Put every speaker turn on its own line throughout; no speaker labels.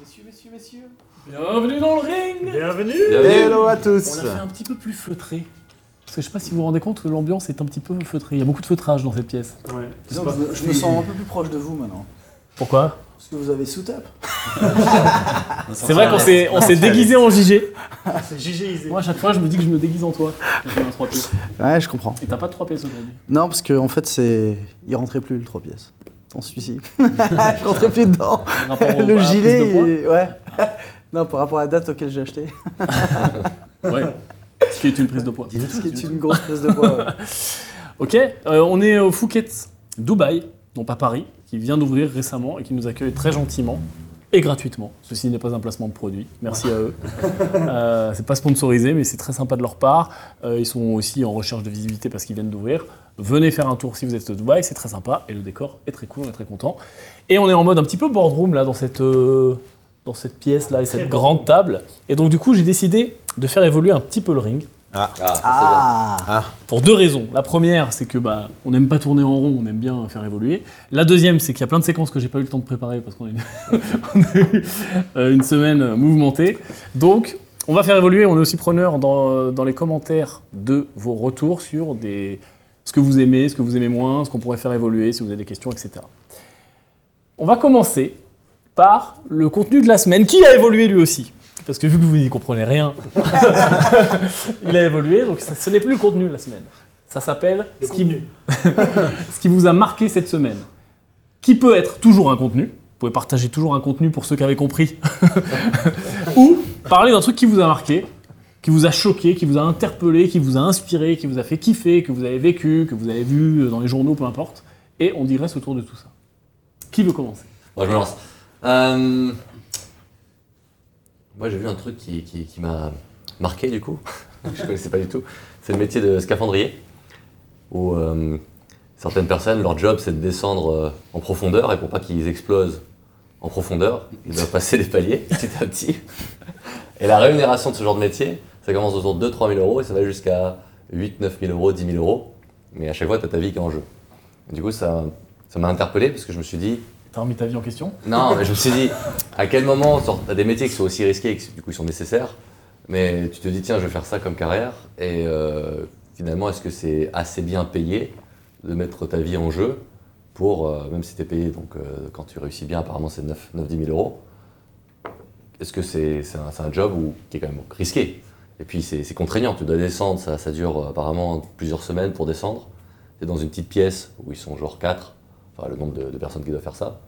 Messieurs, messieurs, messieurs,
Bienvenue dans le ring
Bienvenue
Hello à
On
tous
l'a fait un petit peu plus feutré. Parce que je sais pas si vous vous rendez compte, l'ambiance est un petit peu feutrée. Il y a beaucoup de feutrage dans cette pièce.
Ouais,
Disons que je, me- je me sens un peu plus proche de vous maintenant.
Pourquoi
Parce que vous avez sous-tape.
C'est vrai qu'on s'est, on s'est déguisé en JG.
c'est GG
Moi, à chaque fois, je me dis que je me déguise en toi. J'ai un 3P.
Ouais, je comprends.
Et t'as pas de 3PS aujourd'hui.
Non, parce qu'en en fait, c'est. Il rentrait plus le 3 pièces. Ton celui-ci. je rentrais plus dedans.
Par rapport au- à
Le
la
gilet,
prise de poids.
il- ouais. Non, par rapport à la date auquel j'ai acheté.
Ouais. Ce qui est une prise de poids.
Ce qui est une grosse prise de poids. ouais.
Ok, euh, on est au Phuket, Dubaï, non pas Paris, qui vient d'ouvrir récemment et qui nous accueille très gentiment et gratuitement. Ceci n'est pas un placement de produit, merci à eux. Euh, c'est pas sponsorisé, mais c'est très sympa de leur part. Euh, ils sont aussi en recherche de visibilité parce qu'ils viennent d'ouvrir. Venez faire un tour si vous êtes de Dubaï, c'est très sympa et le décor est très cool, on est très content. Et on est en mode un petit peu boardroom là dans cette, euh, dans cette pièce là et cette grande table. Et donc du coup, j'ai décidé de faire évoluer un petit peu le ring.
Ah,
Ah
Pour deux raisons. La première, c'est que bah, on n'aime pas tourner en rond, on aime bien faire évoluer. La deuxième, c'est qu'il y a plein de séquences que j'ai pas eu le temps de préparer parce qu'on a, une... on a eu euh, une semaine euh, mouvementée. Donc, on va faire évoluer. On est aussi preneur dans, dans les commentaires de vos retours sur des... ce que vous aimez, ce que vous aimez moins, ce qu'on pourrait faire évoluer, si vous avez des questions, etc. On va commencer par le contenu de la semaine qui a évolué lui aussi. Parce que vu que vous n'y comprenez rien, il a évolué, donc ça- ce n'est plus le contenu de la semaine. Ça s'appelle ce qui, ce qui vous a marqué cette semaine. Qui peut être toujours un contenu. Vous pouvez partager toujours un contenu pour ceux qui avaient compris. Ou parler d'un truc qui vous a marqué, qui vous a choqué, qui vous a interpellé, qui vous a inspiré, qui vous a fait kiffer, que vous avez vécu, que vous avez vu dans les journaux, peu importe. Et on dirait ce tour de tout ça. Qui veut commencer
Moi, je me lance. Euh, Moi, j'ai vu un truc qui, qui- qui m'a marqué, du coup. je ne connaissais pas du tout. C'est le métier de scaphandrier, où euh, certaines personnes, leur job, c'est de descendre euh, en profondeur, et pour pas qu'ils explosent en profondeur, ils doivent passer des paliers, petit à petit. Et la rémunération de ce genre de métier, ça commence autour de 2-3 000 euros, et ça va jusqu'à 8 9 000 euros, 10 000 euros. Mais à chaque fois, tu as ta vie qui est en jeu. Et du coup, ça ça m'a interpellé, parce que je me suis dit,
T'as remis ta vie en question
non, mais je me suis dit, à quel moment tu as des métiers qui sont aussi risqués et qui du coup sont nécessaires, mais tu te dis, tiens, je vais faire ça comme carrière, et euh, finalement, est-ce que c'est assez bien payé de mettre ta vie en jeu pour, euh, même si tu es payé, donc euh, quand tu réussis bien, apparemment c'est 9-10 000 euros, est-ce que c'est c'est un, c'est un job où, qui est quand même risqué Et puis c'est c'est contraignant, tu dois descendre, ça, ça dure euh, apparemment plusieurs semaines pour descendre. Tu es dans une petite pièce où ils sont genre 4, enfin le nombre de- de personnes qui doivent faire ça.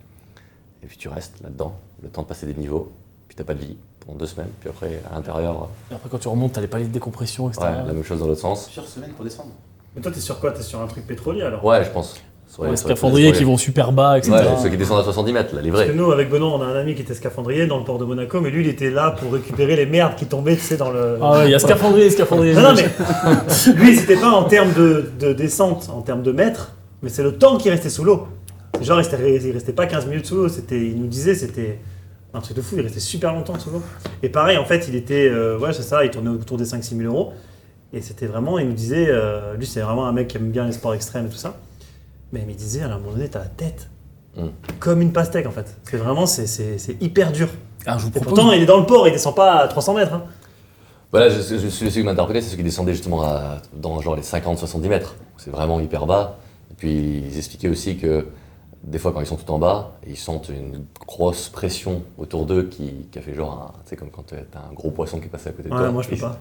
Et puis tu restes là-dedans, le temps de passer des niveaux, puis t'as pas de vie pendant deux semaines, puis après à l'intérieur,
Et après, quand tu remontes, t'as les paliers de décompression,
ouais,
etc.
la même chose dans l'autre sens.
Plusieurs semaines pour descendre.
Mais toi, t'es sur quoi T'es sur un truc pétrolier alors
Ouais, je pense. Sur
Ouais,
les-
les
sur les-
scaphandriers
sur
qui
les-
vont super bas, etc.
Ouais, ceux qui descendent à 70 mètres, là, les
hein. Parce que
vrais.
nous, avec Benoît, on a un ami qui était scaphandrier dans le port de Monaco, mais lui, il était là pour récupérer les merdes qui tombaient, tu sais, dans le.
Ah ouais, il y a scaphandrier, scaphandrier.
Non, non, mais lui, c'était pas en termes de, de descente, en termes de mètres, mais c'est le temps qu'il restait sous l'eau. C'est Genre, il restait, il restait pas 15 minutes sous l'eau, c'était- il nous disait, c'était un truc de fou, il restait super longtemps sous l'eau. Et pareil, en fait, il était, euh, ouais, c'est ça, il tournait autour des 5-6 000 euros. Et c'était vraiment, il nous disait, euh, lui, c'est vraiment un mec qui aime bien les sports extrêmes et tout ça. Mais il me disait, à un moment donné, t'as la tête.
Mm.
Comme une pastèque en fait. C'est vraiment, c'est- c'est c'est hyper dur.
Ah, je vous
Et
propose.
pourtant, il est dans le port, il descend pas à 300 mètres. hein.
Voilà, je, je, celui qui m'a interpellé, c'est ceux qui descendaient justement à, dans genre les 50-70 mètres. C'est vraiment hyper bas. Et puis ils expliquaient aussi que des fois, quand ils sont tout en bas, ils sentent une grosse pression autour d'eux qui, qui a fait genre, un- tu sais, comme quand t'as un gros poisson qui est passé à côté de toi.
Ouais, moi, je peux
Ils-
pas.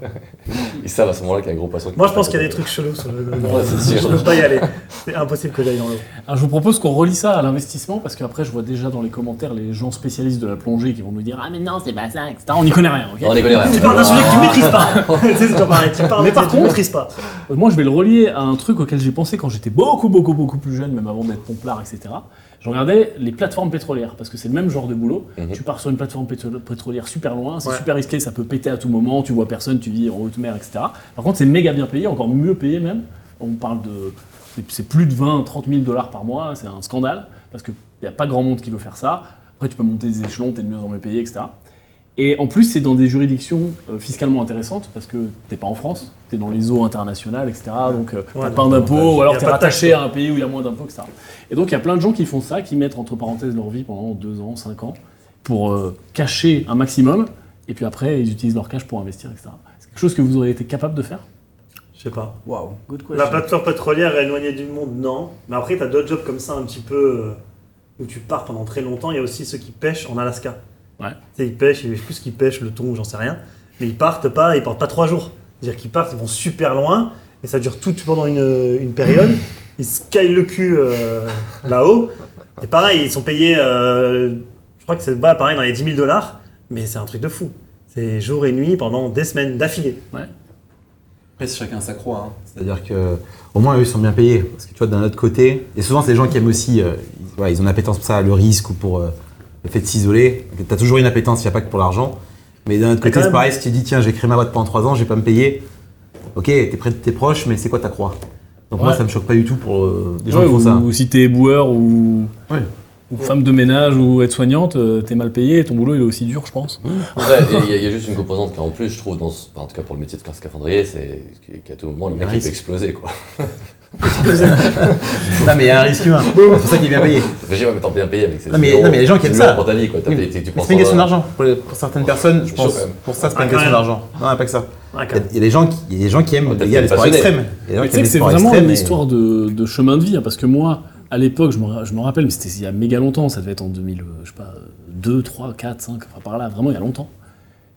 Ils savent à ce moment-là qu'il y a un gros poisson qui
Moi, je
passe à
pense qu'il y a
côté d'eux.
des trucs chelous sur le.
Ouais, c'est
je
sûr.
peux pas y aller. C'est impossible que j'aille dans l'eau.
Ah, je vous propose qu'on relie ça à l'investissement parce qu'après, je vois déjà dans les commentaires les gens spécialistes de la plongée qui vont nous dire Ah, mais non, c'est pas ça, etc. On n'y connaît rien, ok
Non, on les connaît,
Tu
ouais.
parles d'un sujet que tu maîtrises pas. Tu sais, c'est toujours pareil. Tu parles
Mais
d'un
par
sujet que tu
contre-
maîtrises pas.
Euh, Moi, je vais le relier à un truc auquel j'ai pensé quand j'étais beaucoup, beaucoup, beaucoup plus jeune, même avant d'être pomplard, etc. Je regardais les plateformes pétrolières parce que c'est le même genre de boulot.
Mhm.
Tu pars sur une plateforme pétro- pétrolière super loin, c'est
Ouais.
super risqué, ça peut péter à tout moment, tu vois personne, tu vis en haute mer, etc. Par contre, c'est méga bien payé, encore mieux payé même. On parle de. c'est- C'est plus de 20, 30 000 dollars par mois, c'est un scandale parce qu'il n'y a pas grand monde qui veut faire ça. Après, tu peux monter des échelons, t'es de mieux en mieux payé, etc. Et en plus, c'est dans des juridictions euh, fiscalement intéressantes parce que t'es pas en France, t'es dans les eaux internationales, etc. Donc euh,
Ouais,
t'as
donc,
pas d'impôts, ou
y
alors
a
t'es
pas de taxe,
rattaché à un pays où il y a moins d'impôts, etc. Et donc il y a plein de gens qui font ça, qui mettent entre parenthèses leur vie pendant 2 ans, 5 ans, pour euh, cacher un maximum, et puis après, ils utilisent leur cash pour investir, etc. C'est quelque chose que vous auriez été capable de faire
Je sais pas.
Waouh, good question.
La plateforme pétrolière éloignée du monde, non. Mais après, t'as d'autres jobs comme ça, un petit peu. euh, où tu pars pendant très longtemps. Il y a aussi ceux qui pêchent en Alaska.
Ouais.
Tu sais, ils pêchent, je sais plus ce qu'ils pêchent, le thon, ou j'en sais rien. Mais ils partent pas, ils partent pas trois jours. C'est-à-dire qu'ils partent, ils vont super loin. Et ça dure tout pendant une, une période. Ils se caillent le cul euh, là-haut. Et pareil, ils sont payés. euh, je crois que c'est bah, pareil dans les 10 000 dollars. Mais c'est un truc de fou. C'est jour et nuit pendant des semaines d'affilée.
Après, c'est chacun sa croix. hein. C'est-à-dire que au moins, eux, ils sont bien payés. Parce que tu vois, d'un autre côté, et souvent, c'est les gens qui aiment aussi, euh, ils, voilà, ils ont une appétence pour ça, le risque ou pour euh, le fait de s'isoler. Donc, T'as toujours une appétence, il n'y a pas que pour l'argent. Mais d'un autre
quand
côté, c'est
même-
pareil, si tu dis, tiens, j'ai créé ma boîte pendant 3 ans, je vais pas me payer. Ok, t'es près de tes proches, mais c'est quoi ta croix Donc, moi,
Ouais.
ça me choque pas du tout pour euh, les gens
Ouais,
qui font
ou,
ça.
ou si t'es boueur ou,
Ouais.
ou femme de ménage ou aide-soignante, euh, t'es mal payé et ton boulot il est aussi dur, je pense.
Après, il y a- il y, a- il y a juste une composante qui, en plus, je trouve, dans ce- enfin, en tout cas pour le métier de scaphandrier, c'est qu'à tout moment, le mec il
risque.
peut exploser. quoi.
Non, mais il y a un risque humain. c'est pour ça qu'il est bien payé.
Ça fait chier, ouais, mais t'en bien payé, mec. c'est
Non, mais-
10
non, mais les gens qui
euros,
aiment
10 euros
ça.
pour ta vie, quoi. T'as
Oui,
payé-
mais
tu
c'est
penses
pas une
en-
question d'argent. Pour, les- pour certaines personnes, je
Chaud,
pense.
quand même.
Pour ça, c'est pas
Ah,
une
quand
question
même.
d'argent. Non, pas que ça.
Ah, quand
Il y a-
même.
il y, a des gens qui- il y a des gens qui aiment
Ouais,
les gars,
t'es
les sports
passionné.
extrêmes. Il y a des gens
Mais Tu sais
qui aiment
que
les
c'est
sports
vraiment
extrêmes,
une
mais-
histoire de, de chemin de vie, hein, parce que moi, à l'époque, je me, ra- je me rappelle, mais c'était il y a méga longtemps, ça devait être en 2000, euh, je sais pas, 2, 3, 4, 5, enfin par là, vraiment il y a longtemps.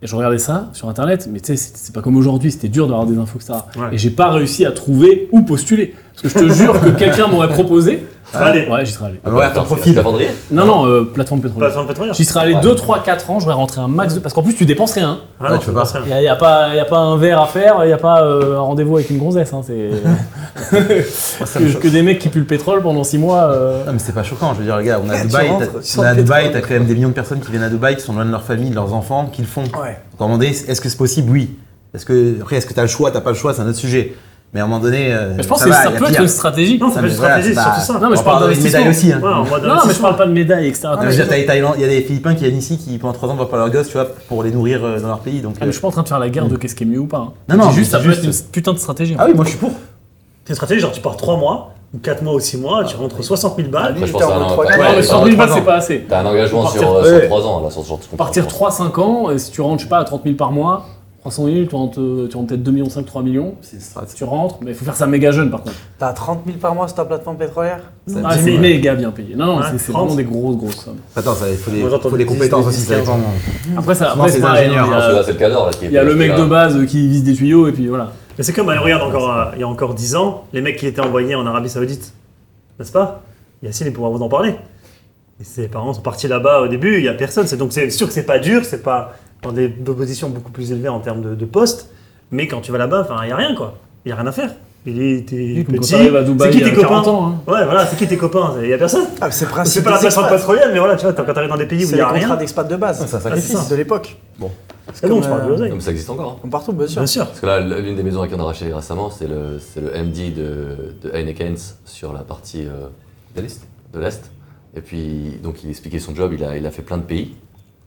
Et je regardais ça sur internet, mais tu sais, c'est c'est pas comme aujourd'hui, c'était dur d'avoir des infos, etc.
Ouais.
Et j'ai pas réussi à trouver où postuler. Parce que je te jure que quelqu'un m'aurait proposé.
Ah, allez.
Ouais, j'y serais allé.
Ah, ouais, à ton
Attends, c'est
profil.
un scaphandrier
Non, non, euh, plateforme pétrolière.
Plateforme pétrolière.
J'y serais allé
Ouais.
2, 3, 4 ans, j'aurais rentré un max de. Parce qu'en plus, tu dépenses rien.
Ah,
Ouais,
non,
tu
c'est
peux
pas
pas.
ça.
Il n'y a, y a pas y a pas un verre à faire, il n'y a pas euh, un rendez-vous avec une gonzesse. Hein, c'est
ça me
que,
choque.
que des mecs qui puent le pétrole pendant 6 mois. euh.
Non, mais c'est pas choquant. Je veux dire, les gars, on est à
Ah,
Tu
Dubaï.
rentres,
t'as-
tu
On
sens
est à
le
Dubaï, t'as quand même des millions de personnes qui viennent à Dubaï, qui sont loin de leur famille, de leurs enfants, qui le font.
Ouais.
Donc, à un moment donné, est-ce que c'est possible Oui. Est-ce que, après, est-ce que t'as le choix T'as pas le choix, c'est un autre sujet. Mais à un moment donné. euh,
Mais je pense
ça
que
va,
ça
y a
peut être
pire.
une stratégie.
Non, ça
Ça,
fait
mais
une
voilà,
stratégie,
c'est
surtout
pas-
ça.
Non, mais je parle
On parle d'une
d'investissement.
médaille aussi. hein.
Ouais, en mode
Non, mais je parle pas de médaille, etc.
Ah, Je veux dire, t'as les Thaïlandais- il y a des Philippins qui viennent ici qui pendant 3 ans ne voient pas leurs gosses, tu vois, pour les nourrir euh, dans leur pays. Donc,
Ah, mais
euh,
je suis pas en train de faire la guerre de qu'est-ce qui est mieux ou pas. hein.
Non, non,
C'est juste,
mais
ça
c'est
peut
juste-
être une putain de stratégie. hein. en
Ah
fait.
oui, moi je suis pour.
C'est une stratégie, genre tu pars 3 mois, ou 4 mois ou 6 mois, tu rentres 60 000 balles.
Après, je
J'étais
pense que
en
t'as un-
mode trois,
t'as-
quatre
Ouais,
t'as-
mais
t'as-
100 000 balles,
t'as-
c'est pas assez.
T'as un engagement
Partir-
sur, euh, sur
ouais.
3 ans, là, sur ce genre de
Partir 3-5 ans, et si tu rentres, je sais pas, à 30 000 par mois, 300 000, tu rentres, euh, tu rentres peut-être 2 millions, 5, 3 millions.
C'est une strat.
Tu rentres, mais il faut faire ça méga jeune par contre.
T'as 30 000 par mois sur ta plateforme pétrolière
Ah, c'est
Ouais.
méga bien payé. Non, non,
Ouais,
c'est- c'est
France.
vraiment des grosses, grosses sommes.
Attends, ça, il faut les,
Moi, j'entends
faut les
des
compétences
dix,
aussi.
des
ça dépend.
Après, ça,
Souvent,
après,
c'est
c'est
des
pareil,
ingénieurs,
hein,
hein,
il y a-
Là, c'est le cadre. là, qui est-
Il y a le mec
là.
de base qui vise des tuyaux et puis voilà.
Mais c'est comme, allez, regarde, encore, euh, il y a encore 10 ans, les mecs qui étaient envoyés en Arabie Saoudite, n'est-ce pas Yacine, il pourra vous en parler. Et ses parents sont partis là-bas au début, il n'y a personne. C'est, donc c'est sûr que c'est pas dur, c'est pas dans des positions beaucoup plus élevées en termes de, de postes, mais quand tu vas là-bas, enfin, il n'y a rien, quoi. Il n'y a rien à faire. Il est t'es
Comme
petit.
quand t'arrives à Dubaï,
c'est qui
il y a
tes copains
40 ans, hein.
Ouais, voilà, c'est qui tes copains Il n'y a personne.
Ah, c'est le
C'est
principe.
pas la
des
plateforme
expats.
patronnière, mais voilà, tu vois, quand t'arrives dans des pays où il
C'est
n'y
les
a rien,
contrats d'expat de base.
Ah, c'est un
sacrifice.
de l'époque.
Bon.
C'est
c'est bon,
comme,
tu parles de
euh,
Non,
l'oseille.
mais ça existe encore. hein.
comme partout, bien sûr.
Bien sûr.
Parce que là, l'une des maisons à qui on a racheté récemment, c'est le, c'est le MD de, de Heineken's sur la partie euh, de l'Est. de l'Est. Et puis, donc, il expliquait son job, il a, il a fait plein de pays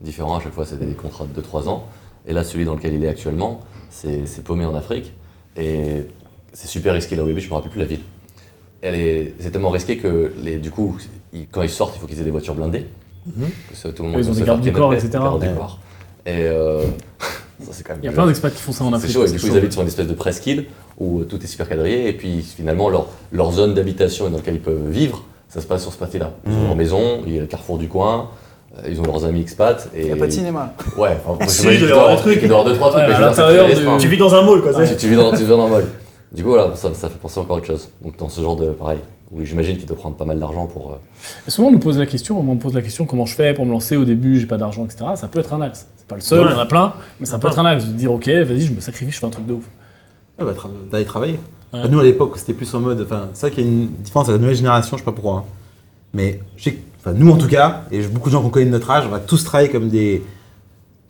différents, à chaque fois c'était des contrats de 2-3 ans. Et là, celui dans lequel il est actuellement, c'est c'est paumé en Afrique. Et c'est super risqué là où il est, je me rappelle plus la ville. Elle est- C'est tellement risqué que, les, du coup, ils- quand ils sortent, il faut qu'ils aient des voitures blindées. Que ça, tout le monde
Mm-hmm. Ils ont
peut se
des
faire
gardes du
kidnapper,
corps, etc.
des gardes du
Ouais.
corps. Et euh, ça, c'est quand même
Il y a
dur.
plein d'expats qui font ça en
C'est
Afrique.
chaud, et du coup,
c'est
ils
chaud.
habitent sur une espèce de presqu'île où euh, tout est super quadrillé, et puis finalement, leur, leur zone d'habitation et dans laquelle ils peuvent vivre, ça se passe sur ce pâté-là. Ils
Mmh.
ont leur maison, il y a le carrefour du coin, euh, ils ont leurs amis expats. Et...
Il n'y a pas de cinéma.
Ouais, enfin,
Si,
j'imagine
il
qu'il
doit y
doit
avoir
avoir
un truc.
il doit y avoir deux, trois trucs,
Ouais,
mais
à
je veux dire, ça fait
l'intérieur
très
du-
laisse,
Tu vis dans un mall, quoi.
enfin,
c'est-
tu, tu vis dans, tu vis dans un vol. Du coup, voilà, ça, ça fait penser encore à autre chose. Donc, dans ce genre de. Pareil, où j'imagine qu'il doit prendre pas mal d'argent pour. euh,
Et Souvent, on nous pose la question, on me pose la question comment je fais pour me lancer au début, j'ai pas d'argent, etc. Ça peut être un axe. C'est pas le seul,
Ouais.
il y en a plein, mais ça peut
Ouais.
être un axe de dire ok, vas-y, je me sacrifie, je fais un truc de ouf.
Ouais, bah, tra- d'aller travailler.
Ouais.
Bah, Nous, à l'époque, c'était plus en mode. Enfin, c'est vrai qu'il y a une différence à la nouvelle génération, je sais pas pourquoi. hein. Mais je sais que, enfin, nous, en tout cas, et je- beaucoup de gens qu'on connaît de notre âge, on va tous travailler comme des,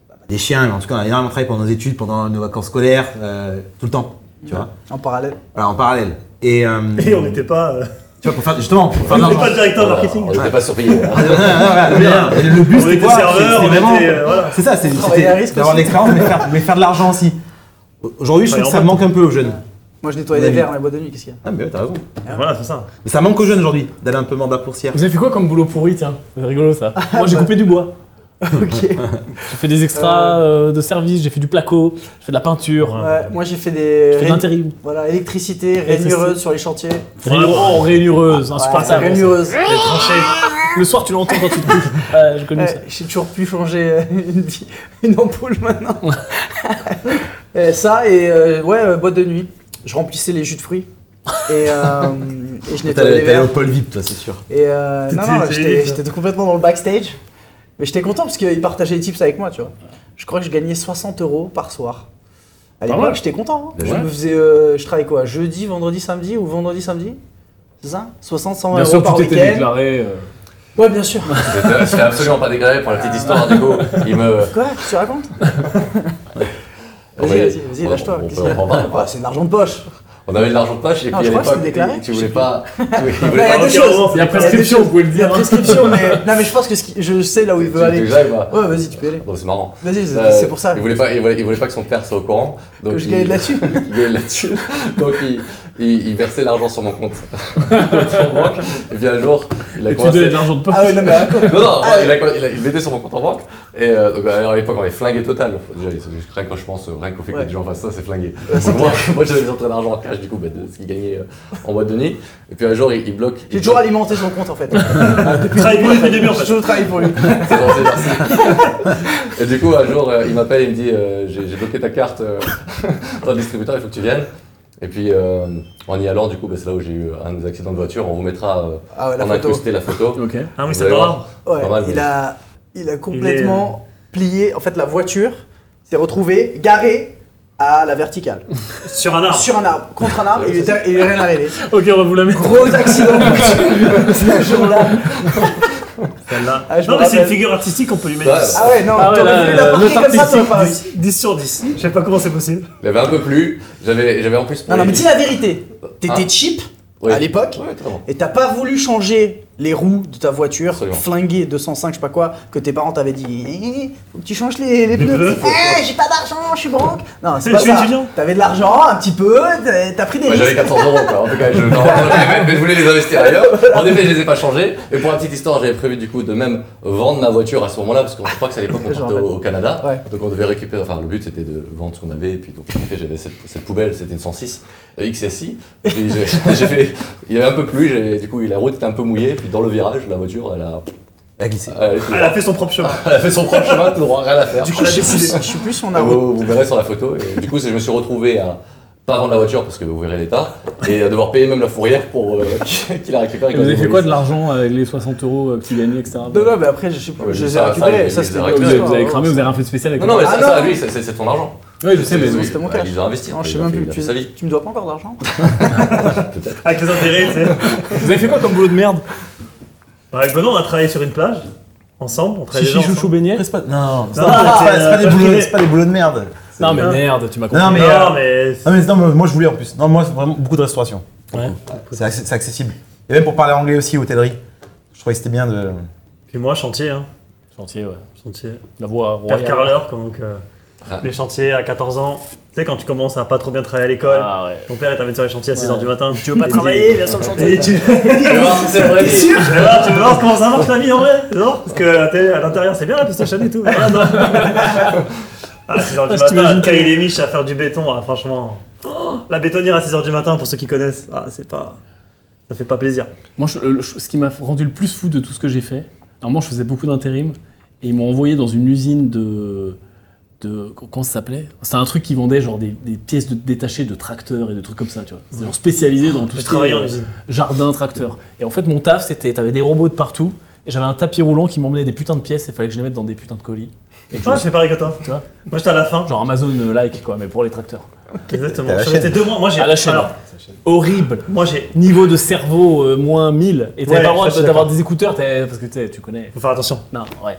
bah, des chiens. Mais en tout cas, on a énormément travaillé pendant nos études, pendant nos vacances scolaires, euh, tout le temps. Tu vois
En parallèle.
Voilà, en parallèle. Et, euh,
Et on n'était pas, euh,
Tu vois, pour faire. Justement, pour
on
faire de
n'était
l'argent.
pas le directeur
voilà,
marketing.
On n'était pas euh, surveillés.
Ah, non, non, non, non, non, non. Et le but
On
c'était
était
quoi
serveur,
C'est- c'est
on
vraiment-
était, euh, voilà.
C'est ça, c'est
Travailler à
c'était
risque
d'avoir
aussi.
l'expérience, mais faire, mais faire de l'argent aussi. Aujourd'hui, je trouve que
Ouais, Bah, en
ça
fait-
manque un peu aux jeunes.
Moi, je nettoyais
Ouais.
les verres dans les boîtes de nuit, qu'est-ce qu'il y a
Ah, mais ouais, t'as raison.
Voilà, c'est ça.
Mais ça manque aux jeunes aujourd'hui d'aller un peu mandat coursière.
Vous avez fait quoi comme boulot pourri, tiens C'est rigolo ça. Moi, j'ai coupé du bois.
ok.
J'ai fait des extras euh, de service, j'ai fait du placo, j'ai fait de la peinture,
Ouais, moi j'ai
j'ai
fait
fait de
des. rain-
l'intérim.
Voilà, électricité, rainure sur les chantiers.
Vraiment rénureuse,
Ouais,
Oh, insupportable.
rainureuse.
Les tranchées.
Le soir, tu l'entends quand tu te couches. Ouais, j'ai connu ça.
Ouais, Euh, J'ai toujours pu changer euh, une, vie- une ampoule maintenant. Euh, ça et euh, ouais, euh, boîte de nuit. Je remplissais les jus de fruits. Et, euh, et je nettoyais les
T'allais
verres.
au pôle VIP, toi, c'est sûr.
Et euh, non, non,
T'étais-
j'étais j'étais complètement dans le backstage. Mais j'étais content parce qu'ils partageaient les tips avec moi, tu vois. Je crois que je gagnais 60 euros par soir. À l'époque,
mal.
j'étais content. hein.
Bien
Je
joué.
me faisais. euh, je travaillais quoi Jeudi, vendredi, samedi ou vendredi, samedi C'est ça 60, 100
Bien
euros
sûr,
par
tout était
week-end.
déclaré. euh,
Ouais, bien sûr.
C'était c'était absolument pas déclaré pour la petite histoire, du coup, il me.
Quoi Tu te racontes
On
Vas-y,
va-
vas-y, vas-y,
on-
lâche-toi.
on
qu'est-ce
peut-
qu'il y a
on va-
Ouais, C'est de l'argent de poche.
On avait de l'argent de poche et
Non,
puis
je
à
crois que c'était
l'époque,
déclaré. Bah,
tu voulais pas. tu- tu
Il
voulais
y
pas-
a
Au
deux
pire,
choses.
on
Il y a prescription, vous pouvez le
Il y a
dire. hein.
prescription, mais. Non, mais je pense que ce qui- je sais là où il
tu-
veut
tu
aller.
gères pas.
Ouais, vas-y, tu peux y aller.
Bon, c'est marrant.
Vas-y, c'est
Euh,
c'est pour ça
Il voulait pas, il voulait, il voulait pas que son père soit au courant. Donc
que je
il-
gagne là-dessus.
il gagne là-dessus. Donc il, il- il versait l'argent sur mon compte. en banque. Et puis un jour, il a
Et tu donnais
commencé.
de l'argent de poche.
Ah ouais, non, mais attends.
Non, non,
Ah
il, a, il, a- il mettait sur mon compte en banque. Et euh, donc, alors, à l'époque, on est flingué total. Déjà, c'est- rien que quand je pense, euh, rien qu'au fait que
Ouais.
des gens fassent ça, c'est flingué. Donc, moi, moi j'avais déjà très d'argent en cash, du coup, bah, de ce qu'il gagnait euh, en boîte de nuit. Et puis un jour, il, il bloque.
J'ai
il
toujours
bloque-
alimenté son compte en fait.
Travaille pour lui depuis le début en
J'ai
fait.
toujours travaillé pour lui.
C'est bon, c'est merci. Et du coup, un jour, euh, il m'appelle, il me dit euh, J'ai j'ai bloqué ta carte euh, dans le distributeur, il faut que tu viennes. Et puis, euh, en y allant, du coup, bah, c'est là où j'ai eu un des accidents de voiture. On vous mettra, euh,
Ah ouais, la
on a
photo.
incrusté la photo.
Ok.
Ah oui,
Vous
c'est
allez
pas
voir.
grave.
Ouais,
Pas mal,
il,
mais-
a, il a complètement
euh,
plié. En fait, la voiture s'est retrouvée garée à la verticale.
Sur
Ah.
un arbre.
Sur Ah, un arbre, contre un arbre, et il était- il est rien arrivé.
Ok, on va vous la mettre.
Gros accident de
Ah
voiture ce jour-là.
Celle-là.
Ah, je
non,
me
mais c'est une
rappelle.
figure artistique qu'on peut lui
Ouais.
mettre 10.
Ah ouais, non,
Ah ouais,
t'aurais
là, là,
voulu la parquer
notre
comme ça, t'aurais pas réussi.
10, 10 sur 10. Je sais pas comment c'est possible.
Il avait un peu plu. J'avais j'avais en plus.
Non, non, mais dis la vérité. T'étais
Hein
cheap
Ouais.
à l'époque
Ouais, totalement.
et t'as pas voulu changer les roues de ta voiture
Absolument.
flinguée 205, je sais pas quoi, que tes parents t'avaient dit Eh, faut que tu changes les, les
Les
pneus.
pneus.
Eh, j'ai pas d'argent, je suis broke. Non, c'est
Je
pas
suis
ça.
étudiant.
T'avais de l'argent un petit peu, t'as t'as pris des
Ouais, j'avais
risques.
400 euros quoi. En tout cas, je, non, mais- mais je voulais les investir ailleurs. En effet, je les ai pas changés. Et pour la petite histoire, j'avais prévu du coup de même vendre ma voiture à ce moment-là, parce qu'on je crois que c'est à l'époque qu'on
Je
partait
me
au,
rappelle.
au Canada.
Ouais.
Donc on devait récupérer. Enfin, le but c'était de vendre ce qu'on avait. Et puis donc en effet, j'avais cette, cette poubelle, c'était une 106 euh, XSI. Et puis j'ai j'ai fait. Il y avait un peu plu. j'ai- Du coup, la route était un peu mouillée. Puis dans le virage, la voiture, elle a,
À glisser.
Euh,
elle, a tout droit.
Elle a fait son propre chemin.
Elle a fait son propre chemin, tout droit, rien à faire.
Du coup,
On l'a
je suis,
décidé.
plus, je suis plus son
Ah,
avocat.
Vous, vous verrez sur la photo. Et du coup, c'est- je me suis retrouvé à pas vendre la voiture parce que vous verrez l'état et à devoir payer même la fourrière pour euh, qu'il la récupère.
Et vous avez fait quoi de l'argent avec les 60 euros euh, que tu gagnais, etc.
Non, non, mais après, je sais pas,
Ouais,
je les ai
ça, ça,
récupérés.
il-
Ça,
il
c'était
les a
une
Vous
récupérés.
avez,
histoire,
vous avez
ouais.
cramé, vous avez rien fait de spécial avec
Non, non, mais
l'argent.
ça,
Ah,
ça,
non.
lui, c'est- c'est c'est ton argent.
Oui, je sais, mais.
C'est-
c'était mon
bah,
cash.
Il a investi.
Non, je sais
Il a
même
fait-
plus.
il a
Tu,
fait sa vie.
tu me dois pas encore d'argent
Avec les intérêts, tu sais.
Vous avez fait quoi comme boulot de merde
Avec Benoît, on a travaillé sur une plage. Ensemble, on travaillait
Chichi,
déjà
chouchou,
ensemble.
beignet
C'est pas- Non, c'est
Non,
pas- c'est
c'est,
pas c'est pas des
euh,
boulots-
privé.
c'est pas des boulots de merde. C'est-
Non, mais merde, tu m'as compris.
Non, mais. euh,
Non, mais.
Non, mais non, mais moi je voulais en plus. Non, moi c'est vraiment beaucoup de restauration.
Ouais.
C'est acc- c'est accessible. Et même pour parler anglais aussi, hôtellerie. Je trouvais que c'était bien de.
Puis moi, chantier, hein.
Chantier, ouais.
Chantier.
La voix
Père
royale.
carreleur, quoi, donc. euh,
Ah.
Les chantiers à 14 ans. Tu sais, quand tu commences à pas trop bien travailler à l'école.
Ah ouais.
Ton père est arrivé sur les chantiers à 6h du matin.
Tu veux pas travailler, viens sur le chantier.
Et
Tu
tu...
vas voir si c'est vrai.
Tu veux voir- tu veux voir comment ça marche la vie en vrai tu veux voir Parce que euh, t'es à l'intérieur, c'est bien la PlayStation et tout. mais Ah, non. à 6h
Ah,
du
si t'imagines
matin, tailler les miches à faire du béton, ah, franchement. Oh, la bétonnière à 6h du matin, pour ceux qui connaissent, ah, c'est pas. Ça fait pas plaisir.
Moi, je- euh, je- ce qui m'a rendu le plus fou de tout ce que j'ai fait, normalement, je faisais beaucoup d'intérim et ils m'ont envoyé dans une usine de. de comment ça s'appelait C'est un truc qui vendait genre des, des pièces de- détachées de tracteurs et de trucs comme ça, tu vois. C'est genre spécialisé dans tout
Je
ce qui
travaillais
est,
en
euh,
usine.
jardin, tracteur. Et en fait, mon taf, c'était. T'avais des robots de partout et j'avais un tapis roulant qui m'emmenait des putains de pièces et fallait que je les mette dans des putains de colis. Et que je
Ah, je fais pareil que toi.
Tu vois
Moi, j'étais à la fin.
Genre Amazon-like, quoi, mais pour les tracteurs.
Exactement.
T'es à la
J'en étais
chaîne.
deux mois. Moi, j'ai.
À la chaîne.
Ah, alors,
Horrible.
moi, j'ai.
Niveau de cerveau, euh, moins 1000. Et t'avais
Ouais,
pas le droit
ça, je suis
d'avoir
d'accord.
des écouteurs, t'avais- parce que tu sais, tu connais.
Faut faire attention.
Non, ouais.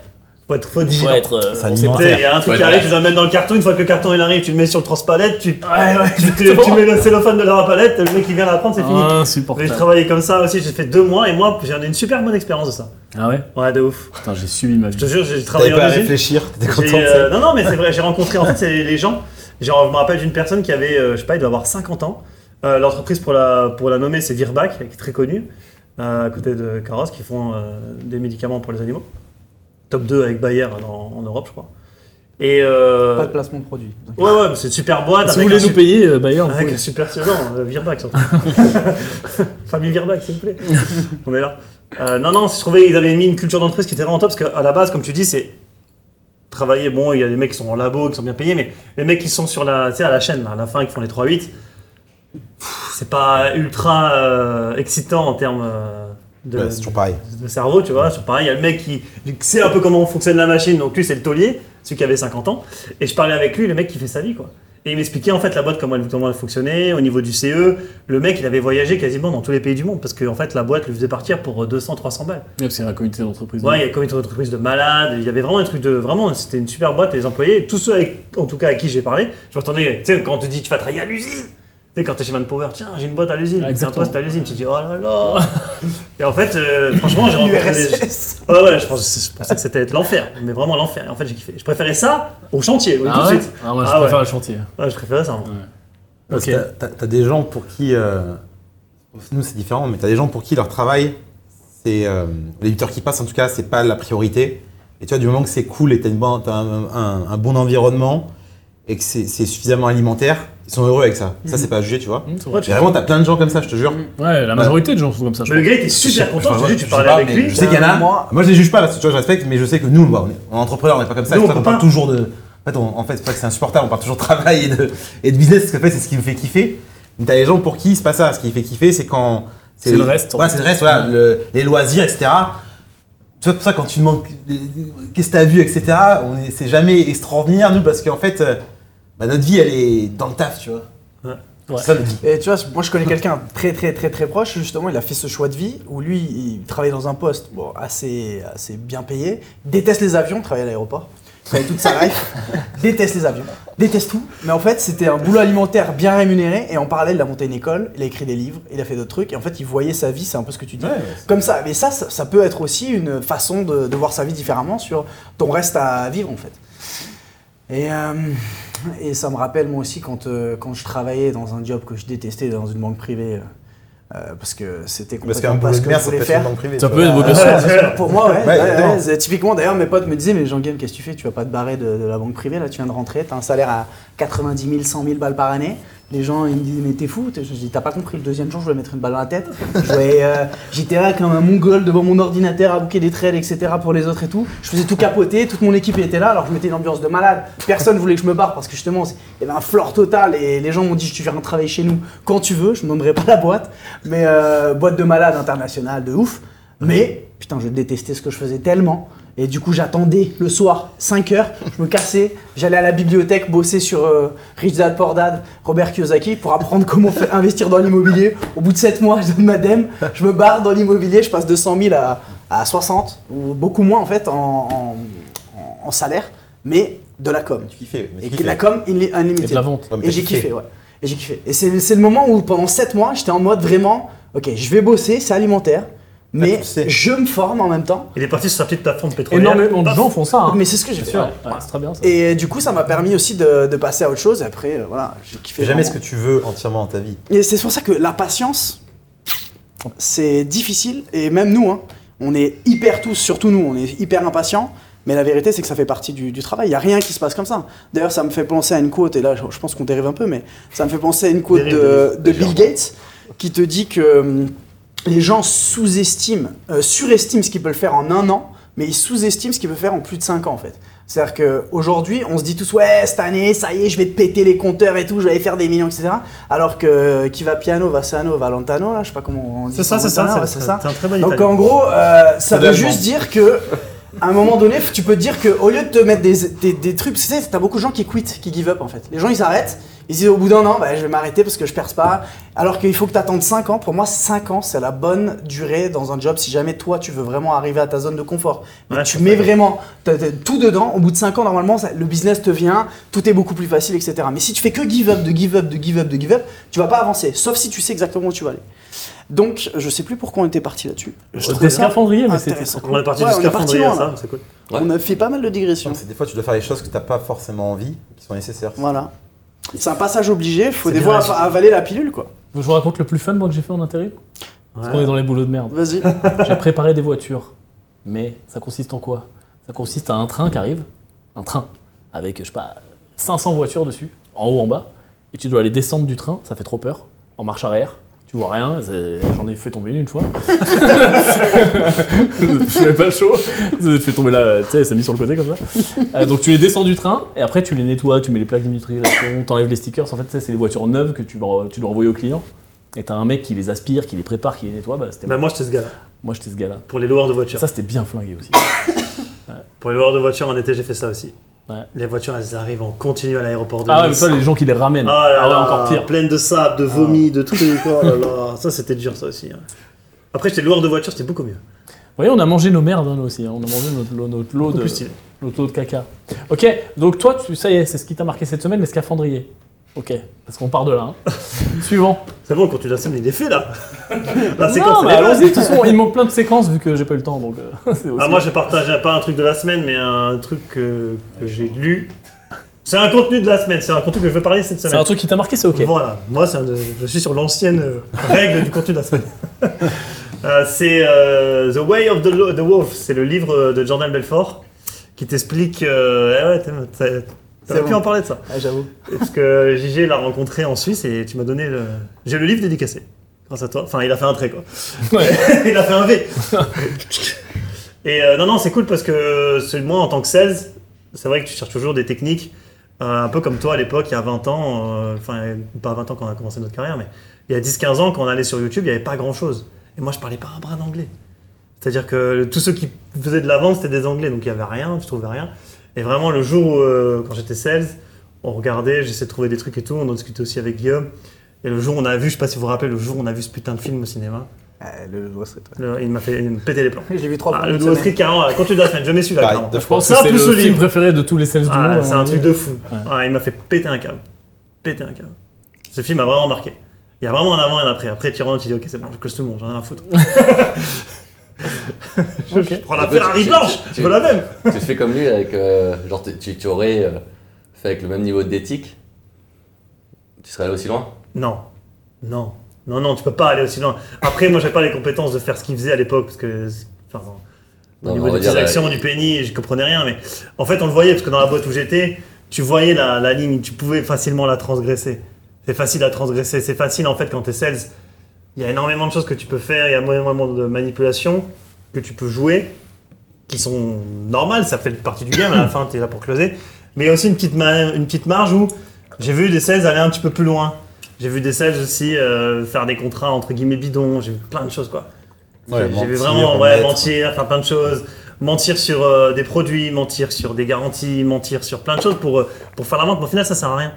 Faut être, faut être
Faut
vigilant.
être. euh,
Ça
on
alimente.
Tu sais, Il y a un truc
Ouais,
qui arrive,
ouais.
tu dois le mettre dans le carton. Une fois que le carton il arrive, tu le mets sur le transpalette, tu,
Ouais, ouais,
tu, tu-
exactement.
tu mets le cellophane de la palette, le mec qui vient la prendre, c'est fini. Mais je
Ah, Insupportable.
travaillais comme ça aussi, j'ai fait deux mois et moi j'en ai une super bonne expérience de ça.
Ah ouais
Ouais, de ouf.
Putain, j'ai subi ma
Je te
vie.
jure, j'ai travaillé
T'avais pas à
en usine.
réfléchir, t'étais
J'ai,
content.
euh, non, non, mais c'est vrai, j'ai rencontré en fait c'est les gens. Genre, je me rappelle d'une personne qui avait, euh, je sais pas, il doit avoir 50 ans. Euh, L'entreprise pour la, pour la nommer, c'est Virbac, qui est très connue, euh, à côté de Carrosse, qui font euh, des médicaments pour les animaux. top 2 avec Bayer dans- en Europe, je crois. Et euh,
Pas de placement de produit. Donc,
ouais, ouais, mais c'est une super boîte.
Si vous
avec un
voulez nous
su-
payer, euh, Bayer, vous
Avec
pouvez.
un super surnom, euh, Virbac surtout. Famille Virbac, s'il vous plaît. On est là. Euh, non, non, je trouvais qu'ils avaient mis une culture d'entreprise qui était vraiment top parce qu'à la base, comme tu dis, c'est travailler. Bon, il y a des mecs qui sont en labo, qui sont bien payés, mais les mecs qui sont sur la, tu sais, à la chaîne, là, à la fin, qui font les 3-8, pff, c'est pas ultra euh, excitant en termes euh, de,
Ouais, Bah, c'est toujours pareil.
le cerveau, tu vois. C'est pareil, il y a le mec qui qui sait un peu comment fonctionne la machine, donc lui c'est le taulier, celui qui avait 50 ans. Et je parlais avec lui, le mec qui fait sa vie, quoi. Et il m'expliquait en fait la boîte comment elle, comment elle fonctionnait, au niveau du CE. Le mec il avait voyagé quasiment dans tous les pays du monde parce que en fait la boîte lui faisait partir pour euh, 200-300 balles.
Ouais, C'est la communauté d'entreprise. Ah
Ouais, il y a comme une entreprise de malades, il y avait vraiment un truc de. Vraiment, c'était une super boîte, les employés, tous ceux avec- en tout cas à qui j'ai parlé, je m'entendais, tu sais, quand on te dit tu vas travailler à l'usine, tu sais, quand t'es chez Manpower, tiens, j'ai une boîte à l'usine,
Ah,
j'ai un
exactement.
poste à l'usine, tu te dis oh là là Et en fait, euh, franchement, j'ai rencontré des. Ouais, ouais, je pense- je pensais que c'était être l'enfer, mais vraiment l'enfer, et en fait, j'ai kiffé. Je préférais ça au chantier, oui, tout
Ah
de
ouais
suite.
Ah, moi, je
Ah
préfère
ouais.
le chantier.
Ouais, je préférais ça. moi.
Parce
Ok.
que t'as- t'as- T'as des gens pour qui. euh, nous, c'est différent, mais t'as des gens pour qui leur travail, c'est. euh, les 8 heures qui passent, en tout cas, c'est pas la priorité. Et tu vois, du moment que c'est cool et t'as une bonne- t'as un, un- un bon environnement et que c'est c'est suffisamment alimentaire, ils sont heureux avec ça. Ça, c'est pas à juger, tu vois.
Mmh, c'est vrai.
Ouais,
Et Vraiment, t'as plein de gens comme ça, je te jure.
Ouais, la majorité des gens sont comme ça. je
Mais le
pense.
gars était super
Je-
content,
je-
je te dis,
je-
tu
je
parlais
sais pas,
avec
mais
lui.
Je sais qu'il y en a.
Moi-
Moi, je les juge pas, là, tu vois, je respecte, mais je sais que nous, bah, on, est, on est entrepreneurs, on n'est pas comme ça.
Nous,
c'est
on
ça,
peut
parle
pas.
toujours de. En fait, on- en fait, c'est pas que c'est insupportable, on parle toujours de travail et de, et de business, parce qu'en fait, c'est ce qui nous fait kiffer. Mais t'as les gens pour qui c'est pas ça. Ce qui fait kiffer, c'est quand.
C'est le reste, en
Ouais,
fait.
c'est le reste, voilà, le- les loisirs, etc. Tu vois, pour ça, quand tu demandes qu'est-ce que t'as vu, etc., on est- c'est jamais extraordinaire, nous, parce qu'en fait, euh, bah, notre vie, elle est dans le taf, tu vois.
Ouais.
C'est ça notre vie.
Et tu vois, moi je connais quelqu'un très très très très proche, justement, il a fait ce choix de vie où lui, il travaillait dans un poste bon, assez, assez bien payé, déteste les avions, travaille à l'aéroport, travaille toute sa life, déteste les avions, déteste tout. Mais en fait, c'était un boulot alimentaire bien rémunéré et en parallèle, il a monté une école, il a écrit des livres, il a fait d'autres trucs et en fait, il voyait sa vie, c'est un peu ce que tu dis. Comme ça, mais ça, ça, ça peut être aussi une façon de, de voir sa vie différemment sur ton reste à vivre en fait. Et, euh, et ça me rappelle moi aussi quand, euh, quand je travaillais dans un job que je détestais dans une banque privée, euh, euh, parce que c'était
Parce qu'un
complètement
boulot
pas ce
de
que je
merde, ça peut
voulais
être une
faire.
banque privée.
Ça
tu
peut
vois.
être votre
Euh, Ouais,
leçon.
c'est- Pour moi, ouais.
Ouais,
ouais,
exactement.
ouais, c'est- typiquement, d'ailleurs, mes potes me disaient Mais Jean-Game, qu'est-ce que tu fais Tu vas pas te barrer de, de la banque privée, là, tu viens de rentrer, t'as un salaire à 90 000, 100 000 balles par année. Les gens, ils me disaient Mais t'es fou T'es- Je dis T'as pas compris, le deuxième jour, je vais mettre une balle dans la tête. Je vais, euh, J'étais là comme un mongol devant mon ordinateur à bouquer des trades, etc. pour les autres et tout. Je faisais tout capoter, toute mon équipe était là, alors je mettais une ambiance de malade. Personne voulait que je me barre parce que justement, c'est- il y avait un flore total et les gens m'ont dit Tu viens travailler chez nous quand tu veux, je ne nommerai pas la boîte, mais euh, boîte de malade internationale, de ouf. Mais putain, je détestais ce que je faisais tellement. Et du coup, j'attendais le soir, 5 heures, je me cassais, j'allais à la bibliothèque bosser sur euh, Rich Dad Poor Dad, Robert Kiyosaki, pour apprendre comment faire- investir dans l'immobilier. Au bout de 7 mois, je donne ma dème, je me barre dans l'immobilier, je passe de 100 000 à, à 60, ou beaucoup moins en fait, en, en- en- en salaire, mais de la com.
Tu kiffais, mais tu
Et
kiffais.
la com, il est
Et de la vente.
Ouais, mais
et
t'as
j'ai kiffé, ouais. Et j'ai kiffé. Et c'est c'est le moment où pendant 7 mois, j'étais en mode vraiment, ok, je vais bosser, c'est alimentaire, mais
tu sais.
je me forme en même temps.
Il est parti sur sa petite plateforme pétrolière.
Énormément de
Paf.
gens font ça. hein.
Mais c'est ce que j'ai
Bien
fait.
sûr.
ouais.
Ouais, C'est très bien ça.
Et du coup, ça m'a permis aussi de, de passer à autre chose. Et après, euh, voilà, j'ai kiffé.
Fais jamais ce
vraiment.
que tu veux entièrement dans ta vie.
Et c'est pour ça que la patience, c'est difficile. Et même nous, hein, on est hyper tous, surtout nous, on est hyper impatients. Mais la vérité, c'est que ça fait partie du, du travail. Il n'y a rien qui se passe comme ça. D'ailleurs, ça me fait penser à une quote, et là, je, je pense qu'on dérive un peu, mais ça me fait penser à une quote
Dérive,
de, de
légèrement.
Bill Gates qui te dit que hum, les gens sous-estiment, euh, surestiment ce qu'ils peuvent faire en un an, mais ils sous-estiment ce qu'ils peuvent faire en plus de 5 ans, en fait. C'est-à-dire qu'aujourd'hui, on se dit tous, ouais, cette année, ça y est, je vais te péter les compteurs et tout, je vais aller faire des millions, etc. Alors que euh, qui va piano, va sano, va lentano, là, je sais pas comment on dit.
C'est ça, c'est
Valentano,
ça,
ouais,
c'est ça. C'est un très bon
Donc
italien.
en gros, euh, ça
C'est
veut
l'allemand.
juste dire que. À un moment donné, tu peux te dire que au lieu de te mettre des, des, des trucs, tu sais, t'as beaucoup de gens qui quittent, qui give up en fait. Les gens ils s'arrêtent, ils disent au bout d'un an, bah, je vais m'arrêter parce que je perds pas. Alors qu'il faut que t'attendes 5 ans. Pour moi, 5 ans c'est la bonne durée dans un job si jamais toi tu veux vraiment arriver à ta zone de confort. Mais
Ouais,
tu
c'est
mets
vrai.
vraiment t'as- t'as tout dedans. Au bout de 5 ans, normalement, ça- le business te vient, tout est beaucoup plus facile, etc. Mais si tu fais que give up, de give up, de give up, de give up, tu vas pas avancer. Sauf si tu sais exactement où tu vas aller. Donc, je sais plus pourquoi on était parti là-dessus. Je
C'était
trouvais ça
scaphandrier, mais c'était.
intéressant.
On est parti
Ouais,
jusqu'à Fondrier,
loin,
ça,
là.
c'est cool.
Ouais.
On a fait pas mal de digressions.
Donc, c'est des fois, tu dois faire les choses que t'as pas forcément envie, qui sont nécessaires.
Voilà. C'est un passage obligé, faut
C'est
des fois
bien,
av- avaler la pilule, quoi.
Je vous raconte le plus fun moi que j'ai fait en intérim. Parce qu'on est dans les boulots de merde.
Vas-y.
J'ai préparé des voitures. Mais ça consiste en quoi Ça consiste à un train qui arrive, un train, avec, je sais pas, 500 voitures dessus, en haut, en bas, et tu dois aller descendre du train, ça fait trop peur, en marche arrière. Tu vois rien, c'est- j'en ai fait tomber une une fois. Je n'avais pas chaud. J'ai fait tomber là, tu sais, ça mis sur le côté comme ça. Euh, donc tu les descends du train et après tu les nettoies, tu mets les plaques d'immatriculation, t'enlèves les stickers. En fait, ça, c'est des voitures neuves que tu dois, tu dois envoyer au client. Et t'as un mec qui les aspire, qui les prépare, qui les nettoie. Bah, c'était
Bah, moi, j'étais ce gars-là.
moi, j'étais ce gars-là.
Pour les loueurs de voitures.
Ça, c'était bien Ah flingué aussi.
Pour les loueurs de voitures en été, j'ai fait ça aussi.
Ouais.
Les voitures, elles arrivent en continu à l'aéroport de
Ah ouais, mais
Nice.
ça, les gens qui les ramènent.
Ah là
ah ouais,
là,
encore pire. Ah.
Pleine de sable, de vomi, de trucs. Oh là là, ça c'était dur ça aussi. hein. Après, j'étais loueur de voiture, c'était beaucoup mieux.
Vous voyez, on a mangé nos merdes, hein, nous aussi. hein. On a mangé notre, lot- notre lot
Beaucoup
de,
plus stylé.
notre lot de caca. Ok, donc toi, tu, ça y est, c'est ce qui t'a marqué cette semaine, les scaphandriers. Ok, parce qu'on part de là. hein. Suivant.
C'est bon, quand tu l'as semé, il est fait là. la séquence,
non, mais
elle est là.
allons-y. De toute façon, il manque plein de séquences vu que j'ai pas eu le temps. Donc, euh, c'est aussi-
Ah, moi, je partage pas un truc de la semaine, mais un truc que, que j'ai lu. C'est un contenu de la semaine, c'est un contenu que je veux parler cette
c'est
semaine.
un truc qui t'a marqué, c'est ok.
Voilà, moi c'est un de- je suis sur l'ancienne euh, règle du contenu de la semaine. Euh, c'est euh, The Way of the, Lo- the Wolf, c'est le livre euh, de Jordan Belfort qui t'explique. euh, eh ouais, t'aimes- t'as-
C'est
t'aurais pu
bon.
en parler de ça.
Ah, j'avoue.
Parce que JG l'a rencontré en Suisse et tu m'as donné le. J'ai le livre dédicacé, grâce à toi. Enfin, il a fait un trait quoi.
Ouais.
il a fait un V. et euh, non, non, c'est cool parce que c'est- moi en tant que sales, c'est vrai que tu cherches toujours des techniques. euh, un peu comme toi à l'époque, il y a 20 ans, euh, enfin, pas 20 ans quand on a commencé notre carrière, mais il y a 10-15 ans, quand on allait sur YouTube, il n'y avait pas grand chose. Et moi, je parlais pas un brin d'anglais. C'est-à-dire que tous ceux qui faisaient de la vente, c'était des anglais, donc il n'y avait rien, tu trouvais rien. Et vraiment, le jour où, euh, quand j'étais sales, on regardait, j'essayais de trouver des trucs et tout, on en discutait aussi avec Guillaume. Et le jour où on a vu, je sais pas si vous vous rappelez, le jour où on a vu ce putain de film au cinéma,
Ah, le doigt serait toi.
le- il m'a fait il m'a pété les plans.
J'ai vu trois
Ah,
fois.
le
cette
Wall
semaine.
Street, carrément, quand tu la semaine, je mets celui-là.
Pareil,
carrément.
deux
Je pense que
Ça,
c'est
plus
le
le
film
livre.
préféré de tous les sales du
Ah,
monde. hein.
c'est
à mon
un truc
avis.
de fou.
Ouais.
Ah, il m'a fait péter un câble. Péter un câble. Ce film m'a vraiment marqué. Il y a vraiment un avant et un après. Après, tu rentres, tu dis Ok, c'est bon, je cause tout le monde, j'en ai rien à foutre. je
Ok. Bah,
prends la Ferrari
Tu-
blanche,
tu-
je veux la même.
tu te fais comme lui avec. euh, genre, tu, tu- tu aurais euh, fait avec le même niveau d'éthique. Tu serais allé aussi loin
Non, non, non, non, tu peux pas aller aussi loin. Après, moi, j'avais pas les compétences de faire ce qu'il faisait à l'époque parce que. Enfin, bon,
Non,
au
mais on
niveau
va
des
dire,
petites
euh,
actions, du penny, je comprenais rien, mais en fait, on le voyait parce que dans la boîte où j'étais, tu voyais la, la ligne, tu pouvais facilement la transgresser. C'est facile à transgresser, c'est facile en fait quand t'es sales. Il y a énormément de choses que tu peux faire, il y a énormément de manipulations que tu peux jouer qui sont normales, ça fait partie du game, à la fin, t'es là pour closer. Mais il y a aussi une petite, ma- une petite marge où j'ai vu des sales aller un petit peu plus loin. J'ai vu des sales aussi euh, faire des contrats entre guillemets bidons, j'ai vu plein de choses quoi.
Ouais,
J'ai- j'ai vu
mentir,
vraiment ouais,
mettre.
mentir, faire plein de choses, mentir sur euh, des produits, mentir sur des garanties, mentir sur plein de choses pour, euh, pour faire la vente. Mais au final, ça sert à rien.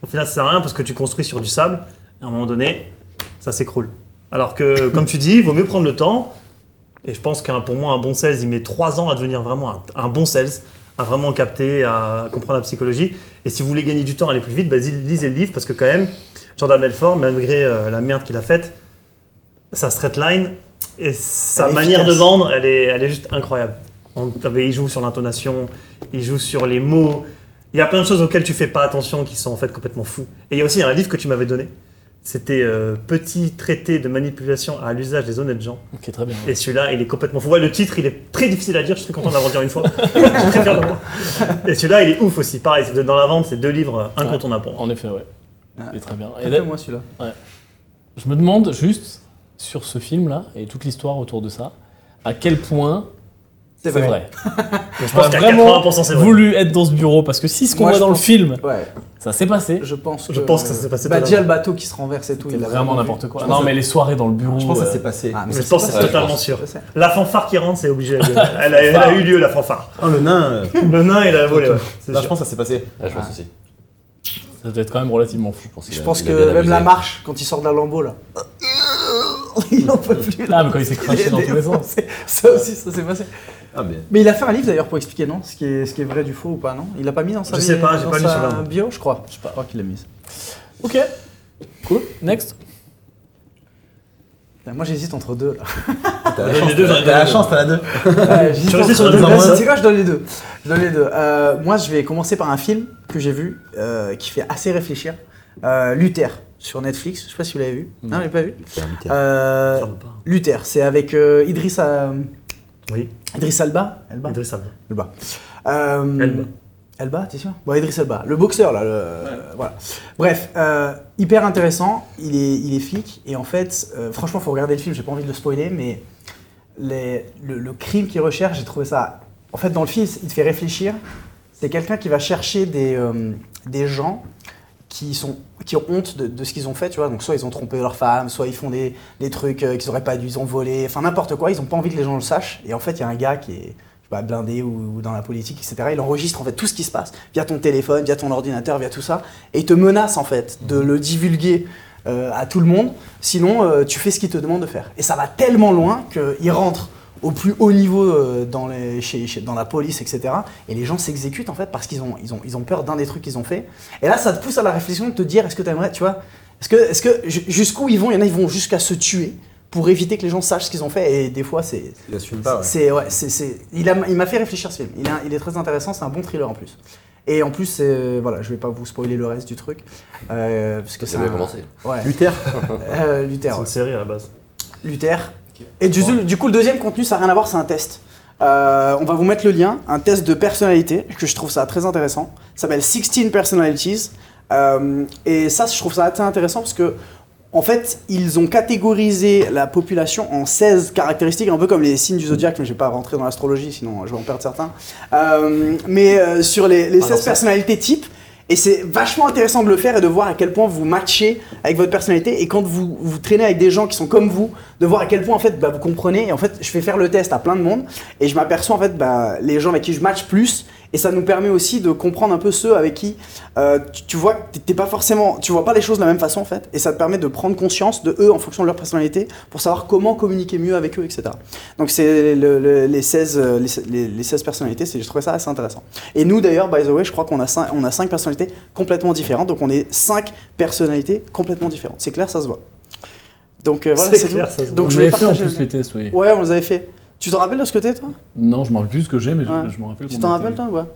Au final, ça sert à rien parce que tu construis sur du sable et à un moment donné, ça s'écroule. Alors que, comme tu dis, il vaut mieux prendre le temps. Et je pense qu'un pour moi, un bon sales, il met trois ans à devenir vraiment un, un bon sales, à vraiment capter, à comprendre la psychologie. Et si vous voulez gagner du temps, aller plus vite, bah, lisez le livre parce que quand même, Jordan Belfort, malgré euh, la merde qu'il a faite, sa straight line et sa
Elle est
manière de
efficace.
vendre, elle est, elle est juste incroyable. On- t'avais- il joue sur l'intonation, il joue sur les mots. Il y a plein de choses auxquelles tu fais pas attention qui sont en fait complètement fous. Et il y a aussi un livre que tu m'avais donné. C'était euh, Petit traité de manipulation à l'usage des honnêtes gens.
Ok, très bien.
Et celui-là, il est complètement fou. Ouais, le titre, il est très difficile à dire. Je suis très content d'avoir dit une fois. Je préfère l'avoir. Et celui-là, il est ouf aussi. Pareil, c'est dans la vente, c'est deux livres euh, incontournables pour moi.
En effet, ouais. Il est très bien. Et là,
Faites-le moi celui-là.
je me demande juste sur ce film-là et toute l'histoire autour de ça, à quel point c'est vrai.
Je pense
On
qu'à
a vraiment
80%, c'est vrai.
voulu être dans ce bureau parce que si ce qu'on
Moi,
voit
je
dans le
pense-
film,
Ouais,
ça s'est passé.
je pense que.
Je pense que ça s'est passé
Bah,
totalement.
déjà le bateau qui se renverse et tout.
C'est
il a
vraiment
vu.
n'importe quoi.
Je
Non,
pense
mais les soirées dans le bureau.
Je pense que ça
euh,
s'est passé.
que- Ah, mais
Je
ça,
pense que c'est
Ouais, je
totalement
pense.
sûr.
je sais.
La fanfare qui rentre, c'est obligé. Elle, elle a, elle a eu lieu, la fanfare.
Oh, le nain. euh,
Le nain, il a volé. ouais. C'est
Là, je
sûr.
pense que ça s'est passé.
Là, Ah, je pense aussi.
ça doit être quand même relativement fou.
Je pense, qu'il
Ah. Je
a-
pense
il a bien
que même
abusé.
la marche, quand il sort de la lambeau là. Il n'en peut plus là.
Ah, mais quand il s'est craché dans tous les sens.
Ça aussi, ça s'est passé.
Ah, mais.
Mais il a fait un livre d'ailleurs pour expliquer, non ce qui, est, ce qui est vrai du faux ou pas, non Il l'a pas mis dans sa
Je sais pas, j'ai
dans
pas lu
sa
celui-là, moi.
bio, je crois. Je crois qu'il l'a mis.
Ok. Cool. Next.
Putain, Moi j'hésite entre deux là.
T'as la
Les
chance,
deux,
t'as-
les
t'as la
deux.
chance, t'as la deux.
Ouais, j'hésite
Tu restes
entre
sur la
deux.
même
Vas-y,
phrase,
Tu sais quoi, je donne les deux. Je donne les deux. Euh, moi je vais commencer par un film que j'ai vu euh, qui fait assez réfléchir. Euh, Luther sur Netflix. Je sais pas si vous l'avez vu. Non, je l'ai pas vu.
Putain, putain.
Euh,
Ferme pas.
Luther, c'est avec euh, Idriss. euh,
Oui,
Idriss Alba Elba
Idriss Elba.
Elba. Euh,
Elba.
Elba, t'es sûr Bon, Idriss Elba, le boxeur là, le- euh, voilà. Bref, euh, hyper intéressant, il est, il est flic, et en fait, euh, franchement, faut regarder le film, j'ai pas envie de le spoiler, mais les- le, le crime qu'il recherche, j'ai trouvé ça... En fait, dans le film, il te fait réfléchir, c'est quelqu'un qui va chercher des, euh, des gens qui, sont, qui ont honte de, de ce qu'ils ont fait, tu vois. Donc, soit ils ont trompé leur femme, soit ils font des, des trucs euh, qu'ils auraient pas dû, ils ont volé, enfin n'importe quoi, ils ont pas envie que les gens le sachent. Et en fait, il y a un gars qui est je sais pas, blindé ou, ou dans la politique, etc. Il enregistre en fait tout ce qui se passe via ton téléphone, via ton ordinateur, via tout ça. Et il te menace en fait de le divulguer. euh, à tout le monde, sinon euh, tu fais ce qu'il te demande de faire. Et ça va tellement loin qu'il rentre au plus haut niveau euh, dans, les, chez- chez- dans la police, etc. Et les gens s'exécutent en fait parce qu'ils ont, ils ont, ils ont peur d'un des trucs qu'ils ont fait. Et là, ça te pousse à la réflexion de te dire est-ce que t'aimerais, tu vois, est-ce que, est-ce que ju- jusqu'où ils vont Il y en a, ils vont jusqu'à se tuer pour éviter que les gens sachent ce qu'ils ont fait. Et des fois, c'est.
Il assume pas, ouais.
C'est, ouais, c'est, c'est- il, a- il m'a fait réfléchir ce film. Il, a- il est très intéressant, c'est un bon thriller en plus. Et en plus, c'est- voilà, je vais pas vous spoiler le reste du truc. euh, parce que
Ça
c'est
bien
un-
commencé.
Ouais,
Luther
euh, Luther.
C'est
ouais.
une série à la base.
Luther. Et du, du coup, le deuxième contenu, ça n'a rien à voir, c'est un test. Euh, on va vous mettre le lien, un test de personnalité, que je trouve ça très intéressant. Ça s'appelle 16 Personalities. Euh, et ça, je trouve ça assez intéressant parce que, en fait, ils ont catégorisé la population en 16 caractéristiques, un peu comme les signes du zodiaque, mais je vais pas rentrer dans l'astrologie, sinon je vais en perdre certains. Euh, mais euh, sur les, les 16 personnalités types, et c'est vachement intéressant de le faire et de voir à quel point vous matchez avec votre personnalité. Et quand vous, vous traînez avec des gens qui sont comme vous, de voir à quel point en fait bah, vous comprenez. Et en fait, je fais faire le test à plein de monde et je m'aperçois en fait bah, les gens avec qui je match plus. Et ça nous permet aussi de comprendre un peu ceux avec qui euh, tu, tu vois que t'es- t'es pas forcément, tu vois pas les choses de la même façon en fait. Et ça te permet de prendre conscience de eux en fonction de leur personnalité pour savoir comment communiquer mieux avec eux, etc. Donc c'est le- le- les 16 euh, les, les- les 16 personnalités. c'est- J'ai trouvé ça assez intéressant. Et nous d'ailleurs, by the way, je crois qu'on a 5, on a cinq personnalités complètement différentes. Donc on est cinq personnalités complètement différentes. C'est clair, ça se voit. Donc euh, voilà,
C'est
c'est tout.
clair, ça se voit.
Donc
Vous
je vais
l'avez fait en
partager
plus
le-
les tests, oui.
Ouais, on les avait fait. Tu te rappelles de ce côté toi
Non, je me rappelle plus ce que j'ai, mais je-
Ouais.
je me rappelle.
Tu
qu'on
t'en
était-
rappelles toi ou pas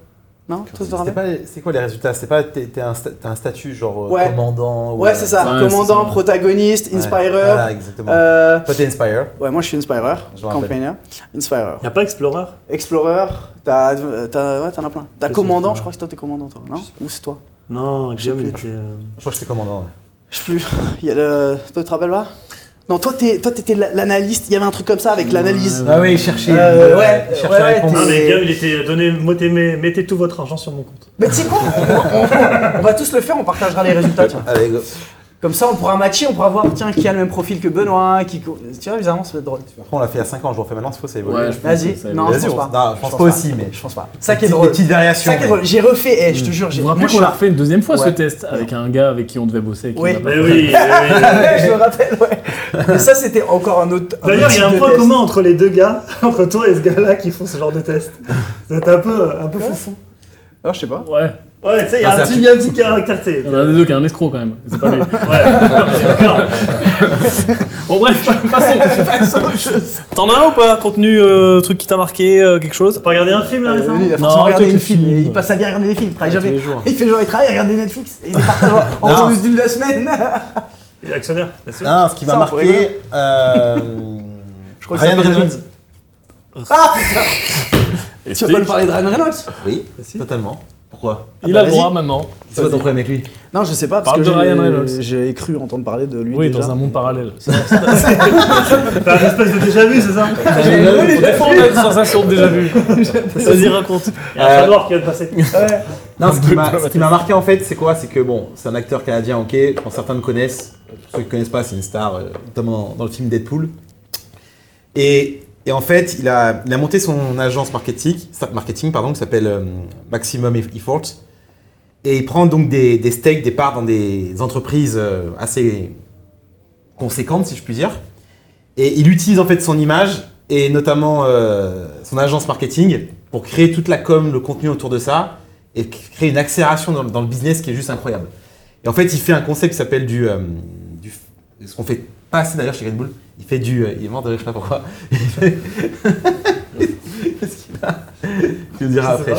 Non, toi tu t'en
C'était
rappelles
pas les- C'est quoi les résultats C'est pas t'es t'es un, sta- t'as un statut genre euh,
Ouais.
commandant ou,
Ouais,
euh,
c'est ça.
Ouais,
Commandant,
c'est ça.
protagoniste,
ouais.
inspirer.
Voilà, exactement.
euh,
Toi t'es inspire.
Ouais, moi je suis inspirer,
Je me rappelle.
campaigner, inspirer.
Il n'y a pas Explorer
Explorer, t'as, euh, t'as, ouais, t'en as plein. T'as
Qu'est-ce
commandant,
que c'est
je crois que c'est toi t'es commandant, toi, non Ou c'est toi
Non,
Je sais
Guillaume, il
plus.
était. euh,
Je crois que j'étais commandant. ouais.
Je sais plus. Il y a le. Toi, tu te rappelles pas Non, toi, t'es, toi, t'étais la- l'analyste. Il y avait un truc comme ça avec l'analyse.
Ah oui, chercher.
Euh, ouais,
chercher
ouais,
la
ouais,
réponse.
t'es-
Non, mais Guillaume, il était euh, donné, mettez, mettez tout votre argent sur mon compte.
Mais tu sais quoi on, on- on va tous le faire, on partagera les résultats, tiens.
Allez, go.
Comme ça, on pourra matcher, on pourra voir, tiens, qui a le même profil que Benoît, qui. co- Tu vois, bizarrement, ça peut être drôle.
Après, on l'a fait il y a 5 ans, je le refais maintenant, c'est faux, ça évolue.
Ouais, je pense
Vas-y.
que ça-
Non,
Vas-y,
je pense
on-
pas.
non, je pense pas aussi, mais-
Je pense pas. Ça qui est
Des
drôle.
petites variations.
Ça qui est
mais- Mm.
drôle. J'ai refait, eh, je te jure,
Je
j'ai.
vous
moi,
rappelle
je suis
qu'on l'a refait une deuxième fois ce
Ouais.
test avec un gars avec qui on devait bosser. et qui
Oui.
on l'a pas
Mais
fait.
Bah oui, oui, oui.
Ouais, je me rappelle, ouais. Mais ça, c'était encore un autre. un
Ah, D'ailleurs,
autre
il y
type
a un
de
point
test.
commun entre les deux gars, entre toi et ce gars-là qui font ce genre de test. C'est un peu, un peu foufou.
Ah, je sais pas.
Ouais,
Ouais, tu sais, il y
Ah,
a un
ça
petit, il y a un petit caractère, tu sais.
il y en a un des deux qui est un escroc quand même. C'est pas lui. Bon, bref, passons. T'en as un ou pas Contenu, euh, truc qui t'a marqué, euh, quelque chose
T'as pas regardé un film là récemment
il a
Non,
forcément regardé
toi,
les
tu filmes.
films. Il passe sa vie à regarder des films. Il travaille
Tous
jamais.
les jours.
Il fait genre, il travaille à regarder Netflix. Et il est parti en
Non.
en plus d'une de la semaine.
Il est actionnaire, bien sûr.
Non, ce qui m'a
Ça, on pourrait
marqué. euh,
crois que
Ryan
ça fait
Reynolds.
Tu vas pas nous parler de Ryan Reynolds
Oui,
Si.
totalement. Pourquoi
Il
bah,
a le
vas-y.
droit maintenant.
C'est quoi ton problème avec lui
Non, je sais pas.
Parle
Parce que
de Ryan
j'ai-
Reynolds.
J'ai cru entendre parler de lui.
Oui,
déjà.
dans un monde parallèle.
T'as une espèce de déjà vu, c'est ça
Des fois, on a une sensation de déjà vu. Vas-y, raconte.
Il y a un
Euh,
chat noir qui vient de passer.
Ah, Non, ce qui m'a ce qui m'a marqué en fait, c'est quoi C'est que bon, c'est un acteur canadien, ok, je pense que certains le connaissent. Pour ceux qui ne connaissent pas, c'est une star, euh, notamment dans, dans le film Deadpool. Et, et en fait, il a, il a monté son agence marketing, sa- marketing pardon, qui s'appelle euh, Maximum Effort. Et il prend donc des, des stakes, des parts dans des entreprises euh, assez conséquentes, si je puis dire. Et il utilise en fait son image et notamment euh, son agence marketing pour créer toute la com, le contenu autour de ça et créer une accélération dans, dans le business qui est juste incroyable. Et en fait, il fait un concept qui s'appelle du, euh, du- Ce qu'on fait pas assez d'ailleurs chez Red Bull. Il fait du. euh, il est mort de rire, je sais pas pourquoi. Il fait- Qu'est-ce qu'il a Tu me diras après.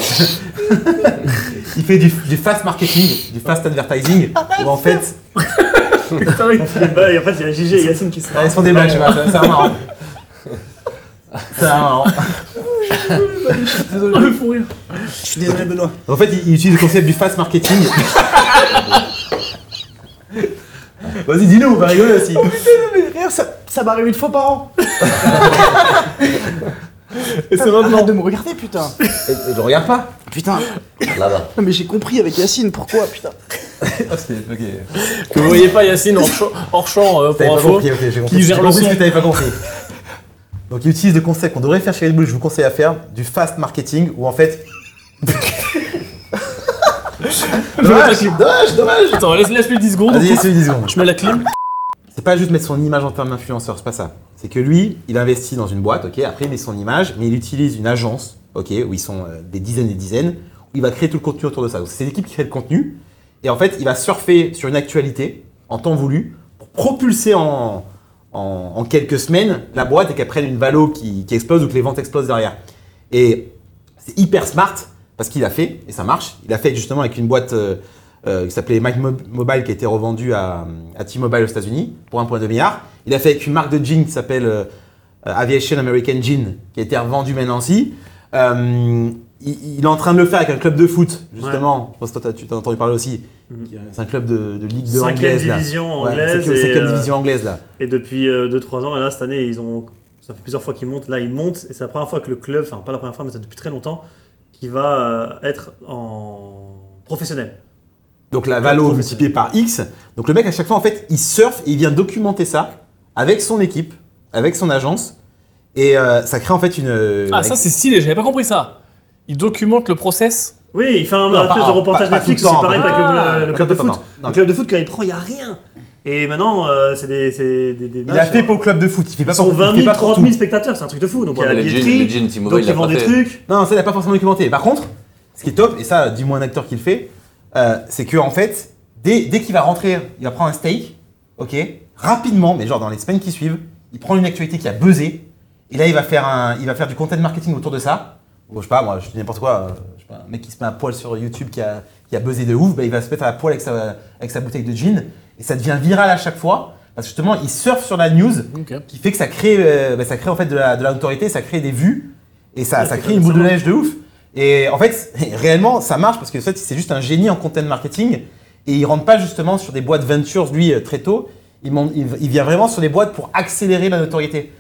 il fait du, du fast marketing, du fast advertising. où en fait.
Putain, oui. Et bah, et en fait, il y a JG et Yacine qui se
bah,
Allez, ils se font des blagues, je sais pas, c'est- c'est marrant. C'est marrant.
Désolé. Le fou rire.
Je suis désolé, Benoît.
En fait, il, il utilise le concept du fast marketing. Vas-y, dis-nous, on va rigoler aussi.
Euh,
Mais rire, ça, ça m'arrive une fois par an.
Et c'est
Arrête
maintenant.
de me regarder, putain.
Et- et je regarde pas.
Putain,
Là-bas.
non, mais j'ai compris avec Yacine pourquoi, putain.
Ah, c'est- ok.
Que vous voyez pas Yacine hors champ, hors champ euh,
T'avais
pour
pas
info.
compris, ok, j'ai compris.
qui
J'ai
gère le
compris
son.
ce que t'avais pas compris. Donc, il utilise le concept qu'on devrait faire chez Red Bull, je vous conseille à faire, du fast marketing, où en fait. dommage, dommage, dommage.
Attends, laisse- laisse-lui 10 secondes.
Vas-y, Ah, c'est 10 secondes.
Je mets la clim.
C'est pas juste mettre son image en termes d'influenceur, c'est pas ça. C'est que lui, il investit dans une boîte, ok, après il met son image, mais il utilise une agence, ok, où ils sont euh, des dizaines et des dizaines, où il va créer tout le contenu autour de ça. Donc c'est l'équipe qui crée le contenu, et en fait, il va surfer sur une actualité en temps voulu pour propulser en, en, en quelques semaines la boîte et qu'elle prenne une valo qui, qui explose ou que les ventes explosent derrière. Et c'est hyper smart parce qu'il a fait, et ça marche, il a fait justement avec une boîte euh, euh, qui s'appelait Mike Mo- Mobile qui a été revendue à, à T-Mobile aux États-Unis pour 1,2 milliard. Il a fait avec une marque de jeans qui s'appelle euh, euh, Aviation American Jean qui a été revendue maintenant aussi. Euh, il, il est en train de le faire avec un club de foot, justement. Je pense que toi, t'as- tu t'en as entendu parler aussi.
Mhm.
Qui est- C'est un club de, de ligue de
Cinquième
anglaise. là.
division
Ouais,
anglaise.
c'est que- c'est
et,
que la
euh,
division anglaise là.
Et depuis 2-3 ans, et là, cette année, ils ont. Ça fait plusieurs fois qu'ils montent. Là, ils montent. Et c'est la première fois que le club, enfin, pas la première fois, mais c'est depuis très longtemps, qui va euh, être en professionnel.
Donc la valo
Professionnel.
multipliée par X. Donc le mec à chaque fois en fait il surfe et il vient documenter ça avec son équipe, avec son agence. Et euh, ça crée en fait une. euh,
Ah, ça c'est stylé, j'avais pas compris ça. Il documente le process.
Oui, il fait un
Non,
un
pas-
espèce de
pas-
reportage
pas tout
Netflix,
le
où c'est
temps,
pareil
pas-
avec le- le,
Non,
club de
non,
foot.
non, non.
Le club de foot, quand il prend, il n'y a rien. Et maintenant, euh, c'est des, c'est des, des
Il a
matchs,
fait
euh,
pour le club de foot. Il fait pas
Ils sont
pour, il
20
fait
000,
pas pour
30
tout.
000 spectateurs, c'est un truc de fou. Donc il y a la
Les jeans, les
billetterie,
jeans T-Mobile,
donc
il
ils
l'a
vendent
pas
des
fait.
trucs.
Non, non, ça, il n'a pas forcément documenté. Par contre, ce qui est top, et ça, du moins un acteur qui le fait, euh, c'est que en fait, dès, dès qu'il va rentrer, il va prendre un steak, ok, rapidement, mais genre dans les semaines qui suivent, il prend une actualité qui a buzzé, et là, il va faire, un, il va faire du content marketing autour de ça. Bon, je sais pas, moi, je dis n'importe quoi, euh, je sais pas, un mec qui se met à poil sur YouTube qui a, qui a buzzé de ouf, bah, il va se mettre à poil avec sa, avec sa bouteille de gin, et ça devient viral à chaque fois, parce que justement, il surfe sur la news,
Ok.
qui fait que ça crée, euh, bah, ça crée en fait de la, de la notoriété, ça crée des vues et ça,
Ouais,
ça
c'est
crée une
ça
boule de
marche.
neige de ouf. Et en fait, réellement, ça marche parce que en fait, c'est juste un génie en content marketing et il rentre pas justement sur des boîtes ventures lui euh, très tôt. Il, mon- il, il vient vraiment sur des boîtes pour accélérer la notoriété.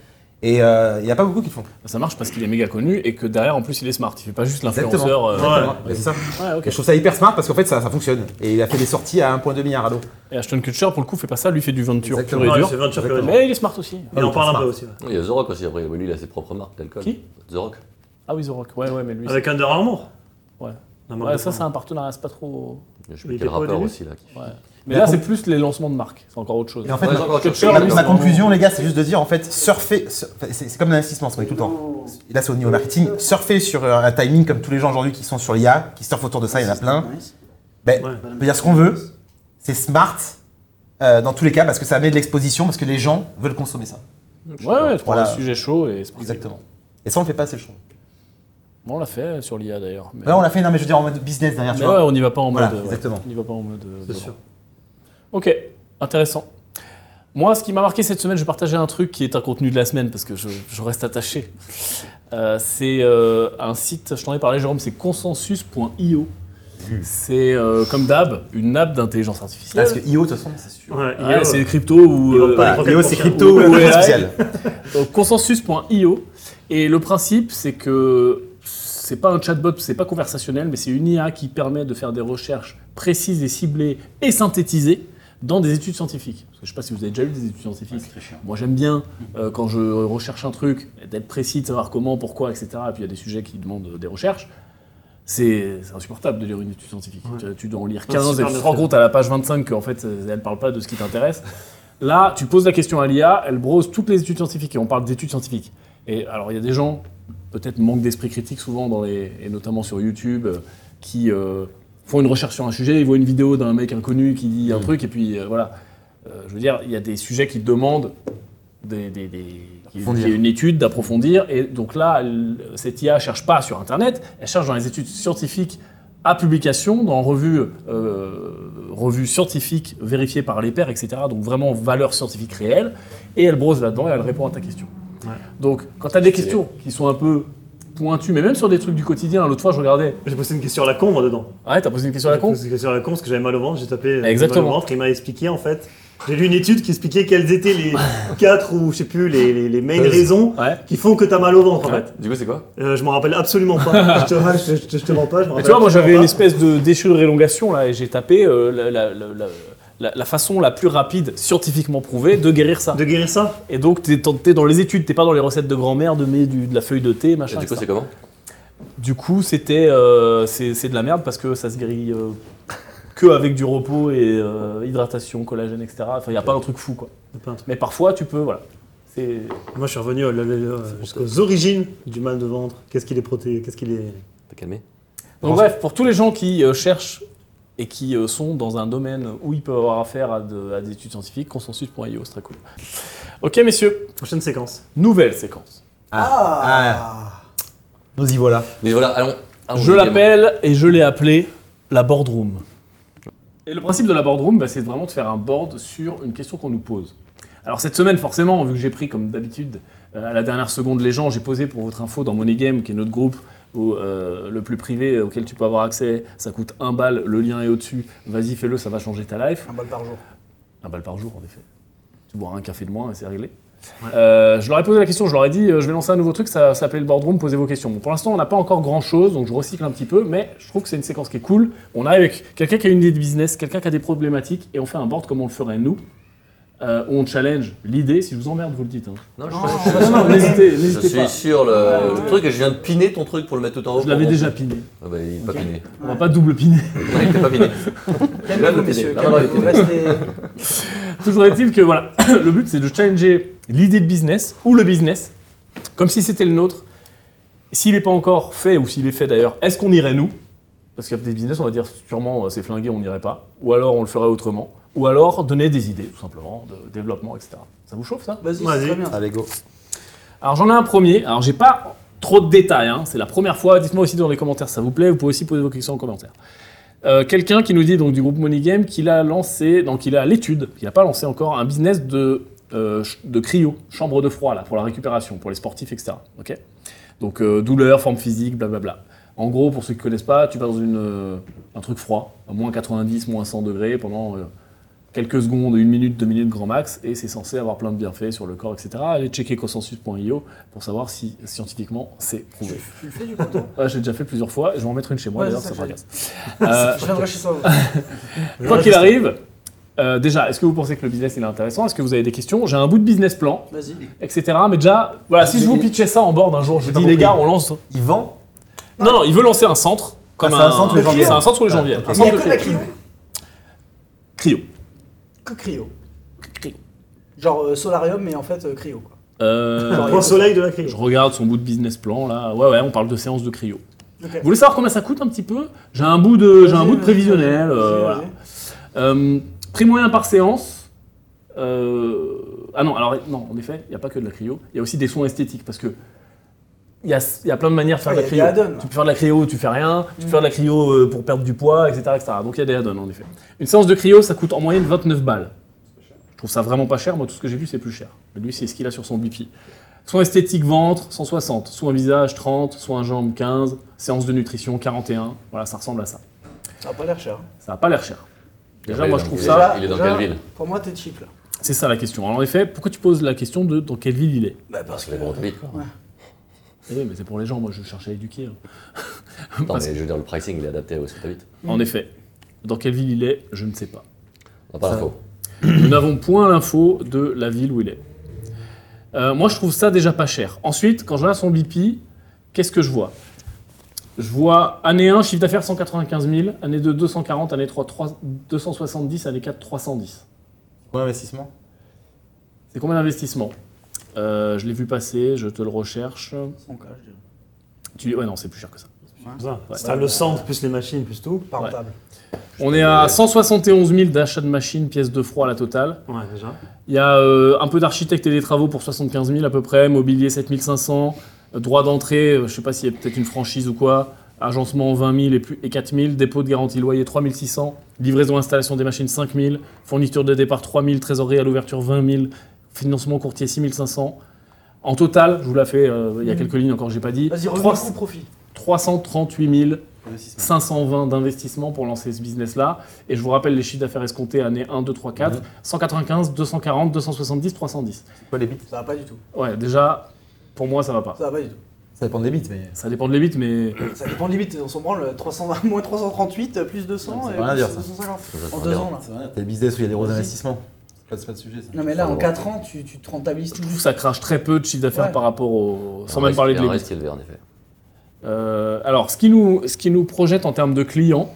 Et euh, il n'y a pas beaucoup qui le font.
Ça marche parce qu'il est méga connu et que derrière en plus il est smart. Il fait pas juste l'influenceur.
Exactement.
euh,
Exactement. Et c'est ça.
Ouais, ok.
Et je trouve ça hyper smart parce qu'en fait, ça, ça fonctionne. Et il a fait des sorties à 1,2 milliard à l'eau.
Et Ashton Kutcher pour le coup fait pas ça, lui fait du venture pur
Exactement.
et
Ouais,
dur.
C'est Venture Club.
Mais il est smart aussi.
Il en parle un peu aussi. ouais.
Oui, Il y a The Rock aussi, après. Oui, Lui, il a ses propres marques d'alcool.
Qui
The Rock.
Ah oui, The Rock. Ouais, ouais, mais lui.
Avec Under Armour
Ouais.
La
c'est-
marque
Ouais,
de
ça
fringues.
c'est un partenariat, c'est pas trop.
Je sais
Il
plus
était
quel
pas au
rappeur
début
aussi là. qui-
Ouais. Mais là c'est plus les lancements de marques, c'est encore autre chose.
Et en fait,
Ouais,
ma-
j'ai encore cherché,
ma,
mais
ma
non.
conclusion, les gars, c'est juste de dire en fait, surfer, sur- enfin, c'est c'est comme l'investissement, ce qu'on dit tout le temps. Là, c'est au niveau marketing. Surfer sur euh, un timing comme tous les gens aujourd'hui qui sont sur l'IA, qui surfent autour de ça, il y en a plein. Ben,
Ouais.
On peut dire ce qu'on veut, c'est smart euh, dans tous les cas parce que ça met de l'exposition, parce que les gens veulent consommer ça.
Ouais, ouais, tu prends
Voilà.
un sujet chaud et c'est parti.
Exactement. Et ça, on le fait pas assez, je trouve.
Bon, on l'a fait euh, sur l'IA d'ailleurs. Mais...
Là, on l'a fait, non, mais je veux dire en mode business derrière, Ah, tu
Mais ouais,
vois.
on n'y va pas en
Voilà,
mode. ouais.
exactement.
On n'y va pas en mode. euh,
C'est
de-
sûr.
Ok, intéressant. Moi, ce qui m'a marqué cette semaine, je partageais un truc qui est un contenu de la semaine parce que je, je reste attaché. Euh, c'est euh, un site, je t'en ai parlé, Jérôme, c'est consensus.io. C'est euh, comme d'hab, une app d'intelligence artificielle.
Parce que IO, de toute façon, Ah, c'est sûr.
ah, Ouais,
Ouais,
il-
c'est les crypto ou.
Ils vendent
euh,
pas les
IO, c'est crypto
Ouais.
ou artificiel.
Donc, consensus.io. Et le principe, c'est que c'est pas un chatbot, c'est pas conversationnel, mais c'est une IA qui permet de faire des recherches précises et ciblées et synthétisées dans des études scientifiques. Parce que je sais pas si vous avez déjà lu des études scientifiques. Moi, j'aime bien, euh, quand je recherche un truc, d'être précis, de savoir comment, pourquoi, etc. Et puis, il y a des sujets qui demandent euh, des recherches. C'est c'est insupportable de lire une étude scientifique. Tu, tu dois en lire
Ouais,
15 et
super
tu te
bien
rends
fait.
compte à la page 25 qu'en fait, euh, elle parle pas de ce qui t'intéresse. Là, tu poses la question à l'IA, elle brose toutes les études scientifiques et on parle d'études scientifiques. Et alors, il y a des gens, peut-être manque d'esprit critique souvent, dans les, et notamment sur YouTube, euh, qui euh, font une recherche sur un sujet, ils voient une vidéo d'un mec inconnu qui dit un truc, et puis euh, voilà. Euh, je veux dire, il y a des sujets qui demandent des, des- des- qu'il y ait- qu'il y ait une étude, d'approfondir. Et donc là, elle- cette IA cherche pas sur Internet, elle cherche dans les études scientifiques à publication, dans revues, euh, revues scientifiques vérifiées par les pairs, etc. Donc vraiment valeur scientifique réelle. Et elle brose là-dedans et elle répond à ta question. Donc, quand tu as des questions qui sont un peu pointues, mais même sur des trucs du quotidien, l'autre fois, je regardais. Ah
J'ai posé une question à la con, moi, dedans.
Ouais, t'as posé une question à la
J'ai
con
posé une question à la con parce que j'avais mal au ventre, j'ai tapé euh, mal
Exactement.
au ventre, il m'a expliqué en fait. J'ai lu une étude qui expliquait quelles étaient les quatre ou je sais plus, les, les, les main
Vas-y.
raisons
Ouais.
qui font que t'as mal au ventre en
Ouais.
fait.
Du coup, c'est quoi
Euh, je m'en rappelle absolument pas. je, te, je, je- je te mens pas, je m'en
Et
rappelle
tu vois, moi j'avais une
absolument pas.
espèce de déchirure élongation là, et j'ai tapé euh, la, la- la- la- la- la façon la plus rapide, scientifiquement prouvée, de guérir ça.
De guérir ça
Et donc t'es dans- t'es dans les études, t'es pas dans les recettes de grand-mère, de, mes- du- de la feuille de thé,
Et
machin.
Du coup,
etc.
c'est comment
Du coup, c'était euh, c'est c'est de la merde parce que ça se guérit euh, que avec du repos et euh, hydratation, collagène, etc. Enfin, il y a pas un truc fou quoi. Mais parfois, tu peux, voilà. C'est
Moi je suis revenu euh, là, là, là, jusqu'aux origines du mal de ventre. Qu'est-ce qu'il est proté... Qu'est-ce qu'il est.
T'as calmé
Donc bref, pour tous les gens qui euh, cherchent et qui euh, sont dans un domaine où ils peuvent avoir affaire à, de- à des études scientifiques, consensus.io, c'est très cool. Ok messieurs,
Prochaine séquence.
nouvelle séquence.
Ah. Nous y voilà.
Mais voilà, allons. allons
je
gaiement.
l'appelle et je l'ai appelée la boardroom. Et le principe de la boardroom, bah, c'est vraiment de faire un board sur une question qu'on nous pose. Alors cette semaine, forcément, vu que j'ai pris comme d'habitude euh, à la dernière seconde les gens, j'ai posé pour votre info dans Money Game, qui est notre groupe au, euh, le plus privé auquel tu peux avoir accès. Ça coûte un balle, le lien est au-dessus. Vas-y, fais-le, ça va changer ta life.
Un bal par jour.
Un bal par jour, en effet. Tu bois un café de moins et c'est réglé. Euh, je leur ai posé la question, je leur ai dit, euh, je vais lancer un nouveau truc, ça s'appelait le boardroom, posez vos questions. Bon, pour l'instant, on n'a pas encore grand-chose, donc je recycle un petit peu, mais je trouve que c'est une séquence qui est cool. On arrive avec quelqu'un qui a une idée de business, quelqu'un qui a des problématiques, et on fait un board comme on le ferait nous. Euh, on challenge l'idée, si je vous emmerde, vous le dites. hein.
Non, je,
Non,
je- je-
Non, non, n'hésitez,
je
n'hésitez
suis
pas.
sur le, le truc et je viens de piner ton truc pour le mettre tout en haut.
Je l'avais
pour-
déjà piné.
Ah bah, il n'est pas piné.
On va pas double piner.
Non, il n'était pas piné. Il vient de le piner.
Messieurs,
Non, non, il était
calmez-vous,
piné.
restez.
Toujours est-il que voilà, le but c'est de challenger l'idée de business ou le business, comme si c'était le nôtre. S'il n'est pas encore fait, ou s'il est fait d'ailleurs, est-ce qu'on irait nous Parce qu'il y a des business, on va dire sûrement euh, c'est flingué, on n'irait pas. Ou alors on le ferait autrement. Ou alors donner des idées, tout simplement, de développement, etc. Ça vous chauffe ça
Vas-y,
Vas-y.
c'est très bien.
Allez, go.
alors j'en ai un premier. Alors j'ai pas trop de détails. hein. C'est la première fois. Dites-moi aussi dans les commentaires si ça vous plaît. Vous pouvez aussi poser vos questions en commentaire. Euh, Quelqu'un qui nous dit donc du groupe Money Game qu'il a lancé, donc il est à l'étude, qu'il n'a pas lancé encore, un business de, euh, ch- de cryo, chambre de froid là, pour la récupération, pour les sportifs, etc. Ok donc euh, douleur, forme physique, blablabla. En gros, pour ceux qui ne connaissent pas, tu vas dans une, euh, un truc froid, à moins 90, moins 100 degrés pendant euh, quelques secondes, une minute, deux minutes grand max, et c'est censé avoir plein de bienfaits sur le corps, etc. Allez checker consensus.io pour savoir si scientifiquement c'est prouvé.
Tu le fais du coup toi
Ah, J'ai déjà fait plusieurs fois, je vais en mettre une chez moi
Ouais,
d'ailleurs,
c'est
ça,
ça
me
que
regarde. Euh,
Je viendrai chez toi.
quoi qu'il arrive, euh, déjà, est-ce que vous pensez que le business il est intéressant Est-ce que vous avez des questions J'ai un bout de business plan,
Vas-y.
etc. Mais déjà, voilà, si je vous pitchais ça en board un jour, je
J'ai
dis
pas
les
compris.
gars, on lance
Il vend
non, non, il veut lancer un centre. Comme
Ah, c'est un centre où les gens viennent.
C'est un centre où les gens
Ah,
viennent.
ok.
Un
Il n'y
centre
a
de
que la
cryo.
cryo.
Cryo.
Que cryo. Genre euh, solarium, mais en fait euh, cryo. quoi.
Euh,
Point soleil de la crise.
je regarde son bout de business plan là. Ouais, ouais, on parle de séance de cryo.
Ok.
Vous voulez savoir combien ça coûte un petit peu J'ai un bout de, j'ai un
Vas-y,
bout de
vas-y,
prévisionnel. euh,
vas-y,
voilà.
vas-y.
Euh, prix moyen par séance. euh, ah non, alors non, en effet, il n'y a pas que de la cryo. Il y a aussi des soins esthétiques parce que il y a, il y a plein de manières de faire de
Ah, il
la
y
cryo.
a des add-ons, Mm. là.
tu peux faire de la cryo, où tu fais rien. Tu peux faire de la cryo euh, pour perdre du poids, etc., etc. Donc il y a des add-ons en effet. Une séance de cryo, ça coûte en moyenne 29 balles. Je trouve ça vraiment pas cher. Moi, tout ce que j'ai vu, c'est plus cher. Mais lui, c'est ce qu'il a sur son BP. Soins esthétiques ventre, 160. Soins visage, 30. Soins jambes, 15. Séance de nutrition, 41. Voilà, ça ressemble à ça.
Ça n'a pas l'air cher.
Ça n'a pas l'air cher. Déjà,
Ouais,
moi,
donc,
je trouve
il est-
ça.
il est dans
déjà,
quelle ville
Pour moi, t'es cheap là.
C'est ça la question. Alors en effet, pourquoi tu poses la question de dans quelle ville il est
Bah, parce
Parce que les grandes villes, quoi.
Eh oui, mais c'est pour les gens, moi je cherche à éduquer. hein.
Non,
Parce-
mais je veux dire, le pricing, il est adapté à où est-ce que t'habites.
En effet, dans quelle ville il est, je ne sais pas.
On n'a pas
Ça-
l'info.
Nous n'avons point l'info de la ville où il est. Euh, moi je trouve ça déjà pas cher. Ensuite, quand je regarde son BP, qu'est-ce que je vois Je vois année 1, chiffre d'affaires 195 000, année 2, 240, année 3, 3 270, année 4, 310.
Combien d'investissement
C'est combien d'investissement Euh, Je l'ai vu passer, je te le recherche. Tu... Ouais, non, c'est plus cher que ça.
C'est le centre, plus les machines, plus tout.
Pas rentable.
On est à 171 000 d'achats de machines, pièces de froid à la totale.
Ouais, déjà.
Il y a euh, un peu d'architectes et des travaux pour 75 000 à peu près, mobilier 7 500, euh, droit d'entrée, euh, je sais pas s'il y a peut-être une franchise ou quoi, agencement 20 000 et, plus, et 4 000, dépôt de garantie loyer 3 600, livraison installation des machines 5 000, fourniture de départ 3 000, trésorerie à l'ouverture 20 000, financement courtier 6 500. En total, je vous la fais, euh, il y a quelques lignes encore que j'ai pas dit.
Vas-y,
Trois-
revenons au profit.
338 000
Investissement.
520 d'investissement pour lancer ce business-là. Et je vous rappelle les chiffres d'affaires escomptés année 1, 2, 3, 4. 195, 240, 270, 310.
C'est quoi les bits
Ça va pas du tout.
Ouais, déjà, pour moi, ça va pas.
Ça va pas du tout.
Ça dépend des bits, mais.
Ça dépend de l'ébit, mais
Ça dépend de limite, on s'en branle 320, moins 338, euh, plus 200
Ça
et
veut rien dire,
plus
ça.
250.
Ça
En
veut
deux
rien
ans là.
T'as des business où il y a des gros
Aussi.
investissements. C'est pas- C'est pas le sujet, ça.
Non mais là en 4 ans tu, tu te rentabilises
je
tout.
trouve que ça crache très peu de chiffre d'affaires
Ouais.
par rapport au. Sans même
reste-
parler de
Il y a un
l'ébit.
risque élevé, en effet.
Euh, alors, ce qui, nous, ce qui nous projette en termes de clients,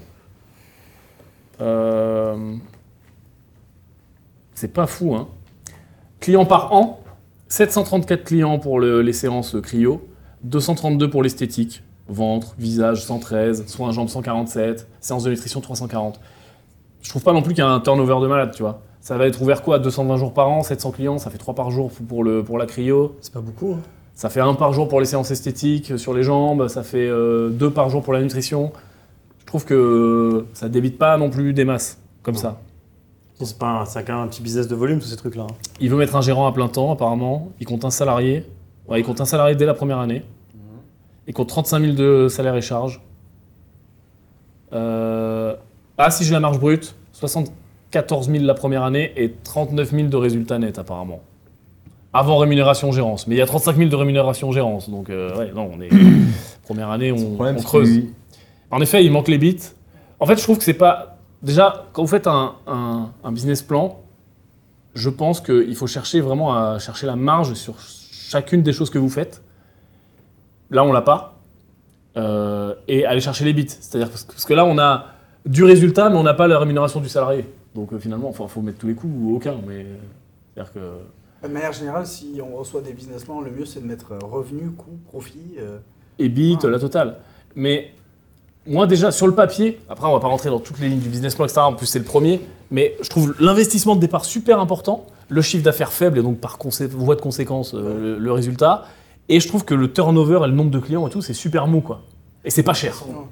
euh, c'est pas fou. Hein. Clients par an, 734 clients pour le- les séances cryo, 232 pour l'esthétique, ventre, visage 113, soins à jambes 147, séance de nutrition 340. Je trouve pas non plus qu'il y a un turnover de malade, tu vois. Ça va être ouvert quoi 220 jours par an, 700 clients, ça fait 3 par jour pour, le, pour la cryo,
C'est pas beaucoup. hein.
ça fait un par jour pour les séances esthétiques euh, sur les jambes, ça fait euh, deux par jour pour la nutrition. Je trouve que ça débite pas non plus des masses comme ça.
C'est pas un, c'est quand même un petit business de volume, tous ces trucs-là. hein.
Il veut mettre un gérant à plein temps apparemment. Il compte un salarié. Ouais, il compte un salarié dès la première année. Il compte 35 000 de salaire et charges. Euh, Ah, si j'ai la marge brute, 74 000 la première année et 39 000 de résultats nets apparemment. Avant rémunération gérance. Mais il y a 35 000 de rémunération gérance. Donc, euh, ouais, non, on est. première année,
Son
on,
problème,
on
c'est
creuse.
qu'il-
En effet, il manque les bits. En fait, je trouve que c'est pas. Déjà, quand vous faites un, un- un business plan, je pense qu'il faut chercher vraiment à chercher la marge sur chacune des choses que vous faites. Là, on l'a pas. Euh, et aller chercher les bits. C'est-à-dire parce que, parce que là, on a du résultat, mais on n'a pas la rémunération du salarié. Donc euh, finalement, il faut, faut mettre tous les coups ou aucun. Mais euh, c'est-à-dire que
De manière générale, si on reçoit des business plans, le mieux c'est de mettre euh, revenu, coût, profit. euh,
EBIT,
Ah.
la totale. Mais moi déjà sur le papier, après on va pas rentrer dans toutes les lignes du business plan, etc. En plus c'est le premier, mais je trouve l'investissement de départ super important, le chiffre d'affaires faible et donc par consé- voie de conséquence euh, le, le résultat. Et je trouve que le turnover et le nombre de clients et tout c'est super mou quoi. Et c'est pas cher.
non.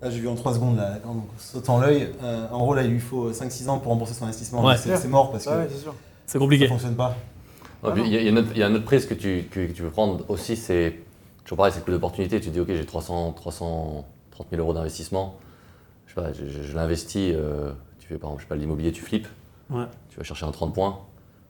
Là, j'ai vu en 3 secondes, là, en sautant l'œil. euh, en gros, là, il lui faut 5-6 ans pour rembourser son investissement.
Ouais.
Donc, C'est c'est mort parce que
Ah ouais, c'est sûr.
C'est
ça
compliqué.
fonctionne pas.
Non, Ah,
Ah
puis Il y, a- il y a une autre- il y a une autre prise que tu, que, que tu peux prendre aussi, c'est, toujours pareil, c'est le coût d'opportunité. Tu te dis, ok, j'ai 300, 330 000 euros d'investissement, je sais pas, je, je- je l'investis, euh, tu fais par exemple, je sais pas, l'immobilier, tu flippes,
Ouais.
tu vas chercher un 30 points,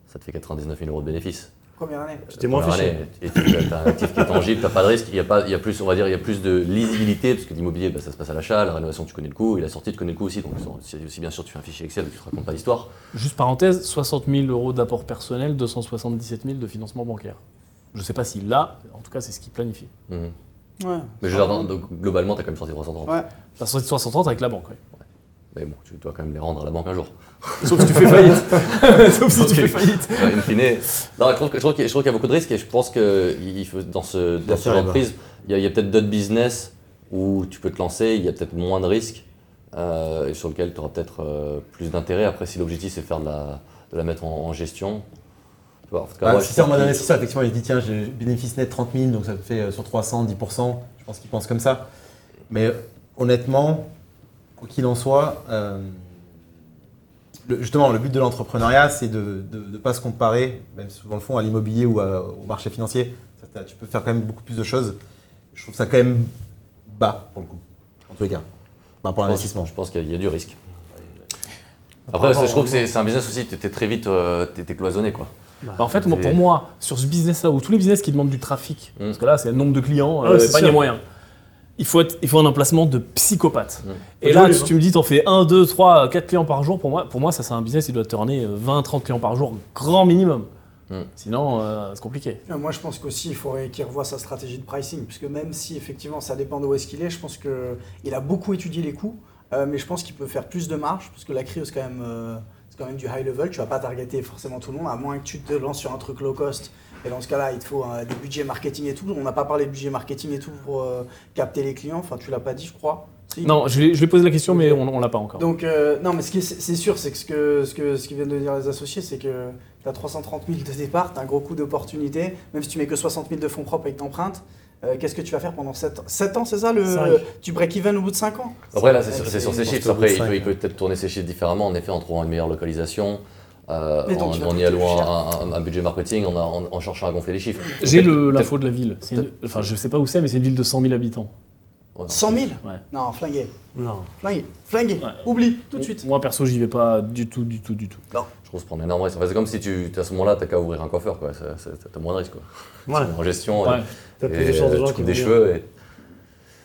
ça te fait 99 000 euros de bénéfices.
Première année.
Tu t'es moins
Première
fiché.
année, Et tu as un actif qui est tangible, tu n'as pas de risque, il y, a pas- il y a plus, on va dire, il y a plus de lisibilité, parce que l'immobilier, bah, ça se passe à l'achat, la rénovation, tu connais le coût, et la sortie, tu connais le coût aussi. Donc, c'est aussi bien sûr, tu fais un fichier Excel, tu te racontes pas l'histoire.
Juste parenthèse, 60 000 euros d'apport personnel, 277 000 de financement bancaire. Je sais pas si là, en tout cas c'est ce qu'il planifie.
Mmh.
Mhm.
Ouais.
Mais je veux dire, dans- donc, globalement, tu as quand même sorti 330.
Ouais.
La sortie de 60 avec la banque. ouais.
Mais bon, tu dois quand même les rendre à la banque un jour.
Sauf si tu fais faillite. Sauf si tu fais faillite.
Ouais, in fine. Non, je trouve, que- je trouve qu'il y a- je trouve qu'il y a beaucoup de risques et je pense que il faut- dans, ce, dans ce
sûr,
genre
il
de
va.
prise, il y a, il y a peut-être d'autres business où tu peux te lancer, il y a peut-être moins de risques euh, et sur lequel tu auras peut-être euh, plus d'intérêt. Après, si l'objectif c'est de faire de la, de la mettre en, en gestion, tu vois, en tout cas,
Bah,
moi,
si
je
c'est en mode
pense
investisseur, effectivement, il se dit tiens, j'ai bénéfice net 30 000, donc ça me fait euh, sur 300, 10 Je pense qu'il pense comme ça. Mais euh, honnêtement, quoi qu'il en soit, euh, le- justement, le but de l'entrepreneuriat, c'est de ne pas se comparer, même souvent le fond, à l'immobilier ou à- au marché financier. Ça, t'as- tu peux faire quand même beaucoup plus de choses. Je trouve ça quand même bas, pour le coup, en tous les cas, Bah, pour
qu'il-
l'investissement.
Je pense qu'il y, a- il y a du risque. Après, je trouve que c'est c'est un business aussi, tu es très vite euh, t'es- t'es cloisonné. quoi.
Bah, en fait, moi, pour
Et-
moi, sur ce business-là, ou tous les business qui demandent du trafic,
Mm.
parce que là, c'est le nombre de clients,
Ah
euh,
ouais, c'est
panier
sûr.
moyen, il faut, être, il faut un emplacement de psychopathe.
Mm.
Et
Faut
là,
du
si
volume,
tu me dis, t'en fais 1, 2, 3, 4 clients par jour, pour moi, pour moi ça, c'est un business, il doit tourner euh, 20, 30 clients par jour, grand minimum.
Mm.
Sinon, euh, c'est compliqué.
Euh, Moi, je pense qu'aussi, il faudrait qu'il revoie sa stratégie de pricing, puisque même si effectivement ça dépend de où est-ce qu'il est, je pense qu'il a beaucoup étudié les coûts, euh, mais je pense qu'il peut faire plus de marge, parce que la cryo, c'est quand même. euh, c'est quand même du high level, tu vas pas targeter forcément tout le monde, à moins que tu te lances sur un truc low cost. Et dans ce cas-là, il te faut euh, des budgets marketing et tout. On n'a pas parlé de budget marketing et tout pour euh, capter les clients. Enfin, tu l'as pas dit, je crois. Si
Non, je vais, je vais poser la question, mais on, on l'a pas encore.
donc, euh, non, mais ce qui est, c'est sûr, c'est que ce, que ce que ce que viennent de dire les associés, c'est que tu as 330 000 de départ, tu as un gros coût d'opportunité, même si tu mets que 60 000 de fonds propres avec t'empreinte. euh, Qu'est-ce que tu vas faire pendant 7 ans 7 ans, c'est ça le,
Cinq.
Tu break-even au bout de 5 ans
Après, là, c'est sur, c'est sur ces
Je pense
chiffres.
que
Après,
vous
il peut,
cinq,
il peut peut-être tourner ces chiffres différemment, en effet, en trouvant une meilleure localisation, euh,
Mais
en,
donc, tu vas
en y
coûter plus
allouant
cher.
un, un- un budget marketing, en, en- en cherchant à gonfler les chiffres.
J'ai le-
Peut-être-
l'info de la ville. C'est une- Enfin, je sais pas où c'est, mais c'est une ville de 100 000 habitants.
Ouais.
100 000
Ouais.
Non, flingué.
Non.
Flingué. Flingué.
Ouais.
Oublie, tout de
Bon,
suite.
Moi, perso, j'y vais pas du tout, du tout, du tout.
Je trouve se prendre un énorme risque. Enfin, c'est comme si tu, à ce moment-là, t'as qu'à ouvrir un coiffeur, quoi. Ça- ça- T'as moins de risques, quoi.
Ouais.
En gestion,
Ouais.
et-
T'as plus
et,
de chances de
euh,
gens
tu
qui
coupes
vont
des
dire.
cheveux. Et...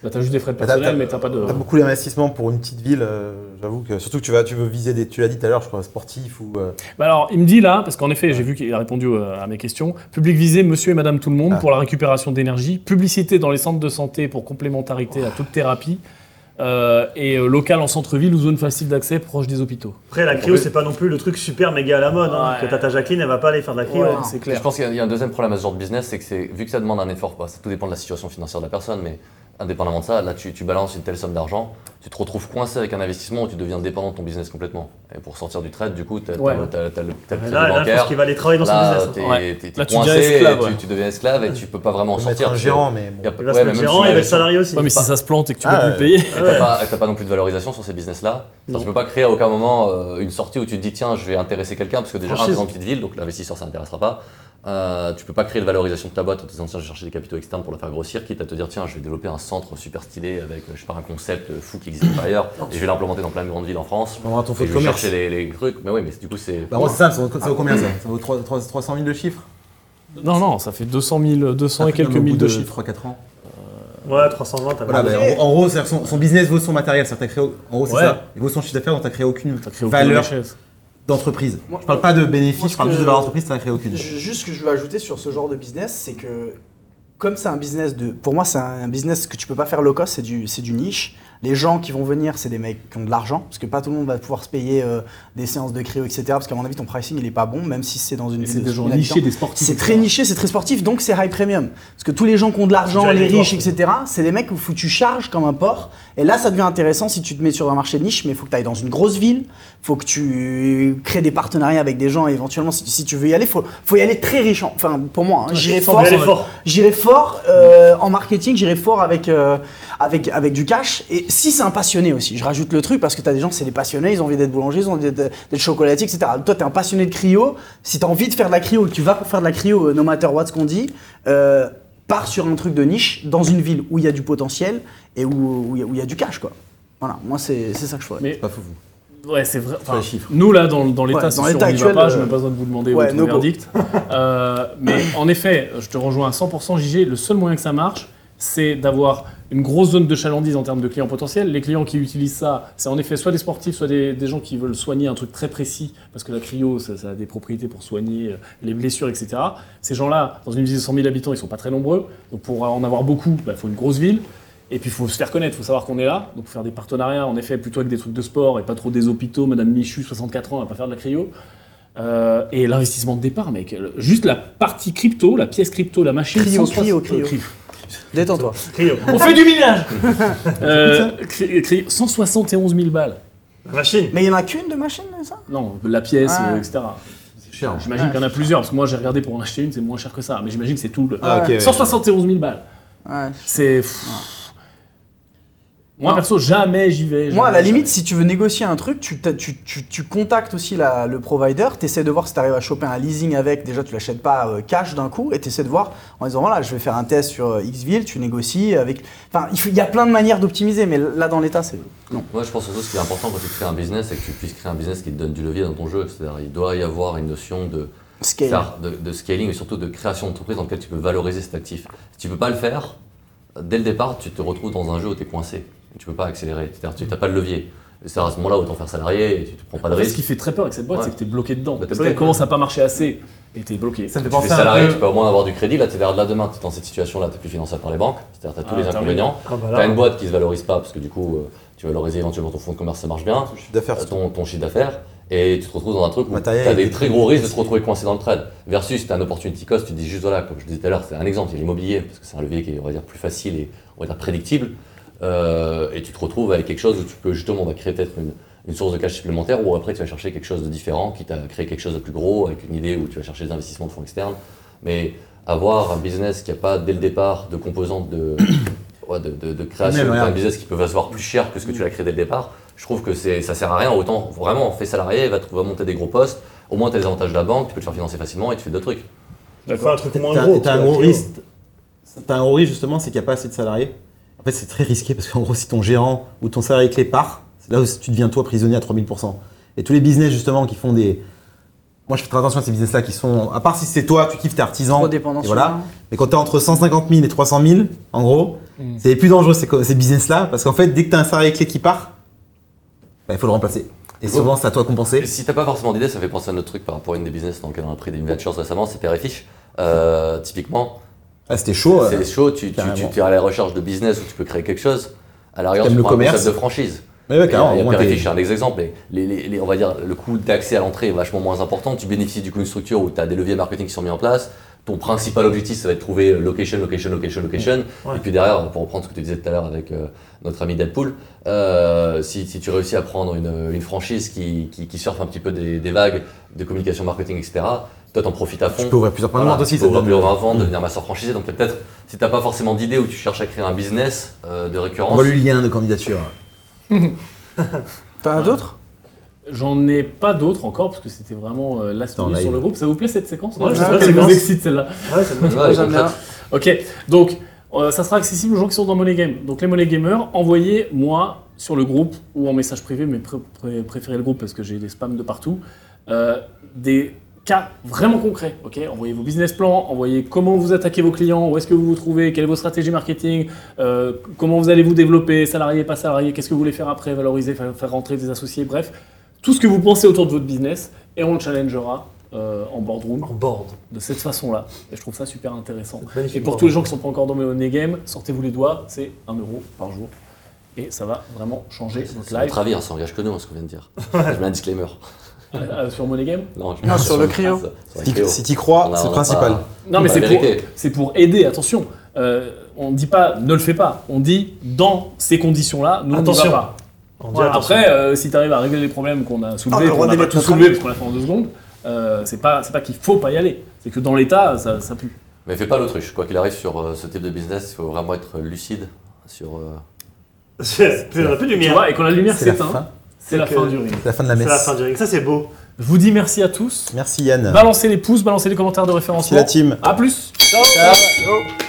Bah, t'as juste des frais de
Bah, t'as-
personnel,
t'as-
mais t'as pas de.
T'as beaucoup d'investissement pour une petite ville, euh, j'avoue que. Surtout que tu, vas, tu veux viser des. Tu l'as dit tout à l'heure, je crois, sportif ou. euh,
Bah alors, il me dit là, parce qu'en effet, j'ai vu qu'il a répondu euh, à mes questions. Public visé, monsieur et madame tout le monde,
Ah.
pour la récupération d'énergie. Publicité dans les centres de santé pour complémentarité à toute thérapie. euh, et euh, local en centre-ville ou zone facile d'accès proche des hôpitaux.
Après, la cryo, c'est pas non plus le truc super méga à la mode. hein,
Ouais.
que Tata Jacqueline, elle va pas aller faire de la cryo.
Ouais,
hein.
c'est clair.
Je pense qu'il y a- il y a un deuxième problème à ce genre de business, c'est que c'est vu que ça demande un effort, bah, ça tout dépend de la situation financière de la personne, mais indépendamment de ça, là tu, tu balances une telle somme d'argent, tu te retrouves coincé avec un investissement où tu deviens dépendant de ton business complètement. Et pour sortir du trade, du coup, t'as
Ouais.
t'as le- t'as- t'as le t'as le
Mais
crédit
Là, là, je pense
bancaire.
qu'il va aller travailler dans son
Là,
business. hein.
t'es
Ouais.
t'es- t'es
Là, tu
coincé,
deviens esclave,
et tu,
ouais.
tu deviens esclave et tu peux pas vraiment en
on va mettre
sortir.
un gérant, mais euh, bon.
Y a-
Il va se
ouais,
mettre
même
gérant
si-
et le salarié aussi.
Ouais, mais si ça se plante et que tu
Ah,
peux
ouais.
plus payer.
Et T'as pas, t'as pas non plus de valorisation sur ces business-là. Enfin,
Non.
tu peux pas créer à aucun moment euh, une sortie où tu te dis tiens, je vais intéresser quelqu'un parce que déjà, un, t'es
Franchise.
dans une petite ville, donc l'investisseur ça n'intéressera pas. Euh, tu peux pas créer de valorisation de ta boîte en te disant tiens, je vais chercher des capitaux externes pour la faire grossir, quitte à te dire tiens, je vais développer un centre super stylé avec euh, je sais pas un concept euh, fou qui existe pas ailleurs et je vais l'implémenter dans plein de grandes villes en France.
On aura ton
Et
faux
je
de
vais
commerce.
chercher les, les trucs, mais oui, mais du coup c'est.
Bah, gros, c'est ça, ça vaut, ça vaut combien ça Ça vaut 3, 300 000 de chiffres
Non, non, ça fait 200 000, 200 et quelques mille de chiffres.
3-4 ans.
Ouais, 320, t'as
Voilà,
pas-
bah, en, gros- en gros, c'est-à-dire que son, son business vaut son matériel. c'est-à-dire que t'as créé- en gros, c'est
Ouais.
ça. Il vaut son chiffre d'affaires, donc t'as créé aucune
T'as créé aucune
valeur
richesse.
d'entreprise.
Moi-
Je parle pas de bénéfice,
moi, ce
je parle juste
que-
de valeur d'entreprise, t'as créé aucune.
Ju- Juste ce que je veux ajouter sur ce genre de business, c'est que comme c'est un business de. Pour moi, c'est un business que tu peux pas faire low cost, c'est du, c'est du niche. Les gens qui vont venir, c'est des mecs qui ont de l'argent, parce que pas tout le monde va pouvoir se payer euh, des séances de cryo, etc. Parce qu'à mon avis, ton pricing, il est pas bon, même si c'est dans une
Et
ville
C'est
de
des
100
gens
000 habitants.
nichés, des sportifs.
C'est très niché, c'est très sportif, donc c'est high premium. Parce que tous les gens qui ont de l'argent,
Tu as
les
les porcs.
riches, etc., c'est des mecs où faut que tu charges comme un porc. Et là, ça devient intéressant si tu te mets sur un marché de niche, mais il faut que tu ailles dans une grosse ville, faut que tu crées des partenariats avec des gens, et éventuellement, si, si tu veux y aller, faut, faut y aller très riche. en- Enfin, pour moi, hein, j'irai
Faut
fort.
y aller fort.
J'irai fort euh, en marketing, j'irai fort avec, euh, avec, avec du cash. Et si c'est un passionné aussi, je rajoute le truc parce que tu as des gens, c'est des passionnés, ils ont envie d'être boulangers, ils ont envie d'être d'être chocolatiers, etc. Toi, tu es un passionné de cryo. Si tu as envie de faire de la cryo, que tu vas pour faire de la cryo, euh, no matter what ce qu'on dit, euh, pars sur un truc de niche dans une ville où il y a du potentiel et où où il y a- où il y, a du cash. quoi. Voilà, moi, c'est c'est ça que je ferais.
Mais-
C'est pas fou, vous.
Ouais, c'est vrai. Enfin,
les chiffres.
nous, là, dans, dans l'état,
Ouais,
c'est
dans
sûr,
l'état
on y va
actuel,
pas,
euh,
je n'ai pas besoin de vous demander
ouais,
votre
no go.
verdict. Euh, mais en effet, je te rejoins à 100%, JG, le seul moyen que ça marche, c'est d'avoir une grosse zone de chalandise en termes de clients potentiels. Les clients qui utilisent ça, c'est en effet soit des sportifs, soit des, des gens qui veulent soigner un truc très précis, parce que la cryo, ça, ça a des propriétés pour soigner euh, les blessures, etc. Ces gens-là, dans une ville de 100 000 habitants, ils sont pas très nombreux. Donc pour en avoir beaucoup, il faut une grosse ville. Et puis il faut se faire connaître, il faut savoir qu'on est là. Donc faut faire des partenariats, en effet, plutôt avec des trucs de sport et pas trop des hôpitaux. Madame Michu, 64 ans, elle va pas faire de la cryo. Euh, et l'investissement de départ, mec. Le- Juste la partie crypto, la pièce crypto, la machine.
Cryo,
160
cryo, cryo. Ah,
euh,
Détends-toi.
Cryo.
On fait du minage Euh, cri- cri- 171 000 balles.
La Machine.
Mais il y en a qu'une de machine, ça
Non, la pièce,
Ah.
euh, etc.
C'est cher. hein.
J'imagine qu'il y en a plusieurs, parce que moi j'ai regardé pour en acheter une, c'est moins cher que ça. Mais j'imagine que c'est tout le.
Ah, ok.
171 000 balles.
Ouais.
C'est. pff. Moi perso, jamais j'y vais.
Moi, à
jamais,
la limite,
jamais.
si tu veux négocier un truc, tu, t'as- tu, tu- tu contactes aussi la- le provider, tu essaies de voir si tu arrives à choper un leasing avec. Déjà, tu l'achètes pas euh, cash d'un coup et tu essaies de voir en disant voilà, je vais faire un test sur euh, X ville, tu négocies avec. Enfin, il faut- il y a plein de manières d'optimiser, mais là, dans l'état, c'est. Non.
Moi, je pense surtout ce qui est important quand tu crées un business, c'est que tu puisses créer un business qui te donne du levier dans ton jeu. C'est-à-dire, il doit y avoir une notion de
Scale.
Faire de, de scaling et surtout de création d'entreprise dans laquelle tu peux valoriser cet actif. Si tu peux pas le faire, dès le départ, tu te retrouves dans un jeu où tu es coincé. Tu peux pas accélérer. C'est-à-dire que tu n'as pas de levier. Et C'est à ce moment-là où t'en faire salarié et tu ne prends pas de
En fait, ce
risque.
qui fait très peur avec cette boîte,
Ouais.
c'est que t'es bloqué dedans.
Bah, t'es
parce
bloqué.
qu'elle commence à pas marcher assez et t'es bloqué.
Ça me fait
Tu fais
penser à
salarié,
un
tu
peu-
peux au moins avoir du crédit. Là, tu es là demain, tu es dans cette situation-là, tu plus financé par les banques. C'est-à-dire tu as tous
Ah,
les
terminé.
inconvénients.
Ah, bah
Tu
là.
as
euh,
une boîte qui se valorise pas parce que du coup, euh, tu valorises éventuellement ton fonds de commerce, ça marche bien.
Chiffre d'affaires,
euh,
surtout.
ton, ton chiffre d'affaires et tu te retrouves dans un truc où tu
Matériel
as
et
des
des
très
trucs
gros risques de
aussi.
te retrouver coincé dans le trade. Versus, tu as un opportunity cost, tu te dis juste voilà, comme je disais tout à l'heure, c'est un exemple, c'est l'immobilier, parce que c'est un levier qui est, on va dire, plus facile et, on va dire, prédictible. Euh, et tu te retrouves avec quelque chose où tu peux justement bah, créer peut-être une, une source de cash supplémentaire ou après tu vas chercher quelque chose de différent, quitte à créer quelque chose de plus gros avec une idée où tu vas chercher des investissements de fonds externes. Mais avoir un business qui n'a pas dès le départ de composantes de, ouais, de, de- de création,
Même,
un
regarde.
business qui peut se voir plus cher que ce que tu l'as créé dès le départ, je trouve que c'est- ça sert à rien. Autant vraiment, fais salarié, va, te- va monter des gros postes, au moins tu as les avantages de la banque, tu peux te faire financer facilement et tu fais d'autres trucs.
Il faut un truc moins
T'as
gros.
t'as un
tu
gros
vois.
risque. T'as un gros risque justement, c'est qu'il n'y a pas assez de salariés. En fait, c'est très risqué parce qu'en gros, si ton gérant ou ton salarié clé part, c'est là où tu deviens toi prisonnier à 3000%. Et tous les business justement qui font des. Moi, je fais très attention à ces business-là qui sont. À part si c'est toi, tu kiffes tes artisans.
Trop dépendant
et
sur
voilà.
l'un.
Mais quand t'es entre 150 000 et 300 000, en gros,
Mm.
c'est les plus dangereux ces, co- ces business-là parce qu'en fait, dès que t'as un salarié clé qui part, bah, il faut le remplacer. Et souvent, c'est à toi de compenser.
Et Si t'as pas forcément d'idée, ça fait penser à notre truc par rapport à une des business dans lequel on a pris des ventures récemment, c'est Perifish. Euh, typiquement,
Ah, c'était chaud. euh.
c'est chaud, tu, tu, tu,
carrément.
tu es à la recherche de business où tu peux créer quelque chose. À l'arrière,
T'aimes
tu
le
prends un
commerce.
concept de franchise.
Mais ouais,
Il y a,
carrément.
il
au
y a
moins,
Perifish,
t'es-
c'est un exemple. mais les, les- les- on va dire, le coût d'accès à l'entrée est vachement moins important. Tu bénéficies du coup d'une structure où tu as des leviers marketing qui sont mis en place. Ton principal objectif, ça va être de trouver location, location, location, location.
Ouais.
Et puis derrière, pour reprendre ce que tu disais tout à l'heure avec euh, notre ami Deadpool, euh, si, si tu réussis à prendre une, une franchise qui, qui, qui surfe un petit peu des, des vagues de communication marketing, etc., toi, t'en profites à fond.
Tu peux ouvrir plusieurs points de
Voilà,
vente aussi.
tu peux
ça te
ouvrir
donne-
plusieurs points de vente, devenir master franchisé. Donc peut-être, si t'as pas forcément d'idée où tu cherches à créer un business euh, de
On
récurrence,
voit le lien de candidature.
T'en as d'autres
J'en ai pas d'autres encore parce que c'était vraiment euh, last
T'es en
minute sur
live.
le groupe. Ça vous plaît cette séquence
Ouais,
je
c'est
sais
vrai,
pas,
c'est
elle
bien.
vous excite celle-là.
Ouais, c'est bon.
euh, Ouais, ouais,
J'aime
comme ça,
bien.
Ok, donc euh, ça sera accessible aux gens qui sont dans Money Game. Donc les Money Gamers, envoyez-moi sur le groupe ou en message privé, mais pré- pré- préférez le groupe parce que j'ai des spams de partout, euh, des cas vraiment concrets. Ok, envoyez vos business plans, envoyez comment vous attaquez vos clients, où est-ce que vous vous trouvez, quelle est votre stratégie marketing, euh, comment vous allez vous développer, salarié, pas salarié, qu'est-ce que vous voulez faire après, valoriser, faire, faire rentrer des associés, bref, tout ce que vous pensez autour de votre business et on le challengera euh, en boardroom
En board.
de cette façon-là. Et je trouve ça super intéressant.
Magnifique
Et pour
board.
tous les gens qui sont pas encore dans Money Game, sortez-vous les doigts, c'est 1 euro par jour. Et ça va vraiment changer notre
C'est notre
live
avis, hein, ça engage que nous, ce qu'on vient de dire. Je mets un disclaimer.
Euh, sur Money Game.
Non, je-
Non, sur le cryo.
Sur le
Si
cryo.
t'y- Si t'y crois,
On a-
c'est
on
le
a
principal.
pas-
Non, mais
Bah,
c'est
la
pour,
vérité.
c'est pour aider, attention. Euh, on ne dit pas ne le fais pas, on dit dans ces conditions-là, nous on ne
Attention.
va pas.
On dit
Voilà,
attention.
après, euh, si tu arrives à régler les problèmes qu'on a
Ah, on a
soulevés,
le
qu'on
droit
n'a pas
d'émettre
tout
notre
soulevé
avis.
parce qu'on l'a fait en deux secondes, euh, c'est pas, c'est pas qu'il faut pas y aller, c'est que dans l'état, ça, ça pue.
Mais fais pas l'autruche. Quoi qu'il arrive sur euh, ce type de business, il faut vraiment être lucide sur. euh,
C'est- c'est- On a plus de
Tu
lumière.
vois, et quand la lumière
C'est la
s'éteint,
fin.
c'est la
C'est
fin
que-
du ring.
C'est la fin de la
C'est la
messe.
fin Bah, du ring. Ça, c'est beau.
Je vous dis merci à tous.
Merci Yann.
Balancez les pouces, balancez les commentaires de
Merci
référencement.
la team.
A plus
Ciao.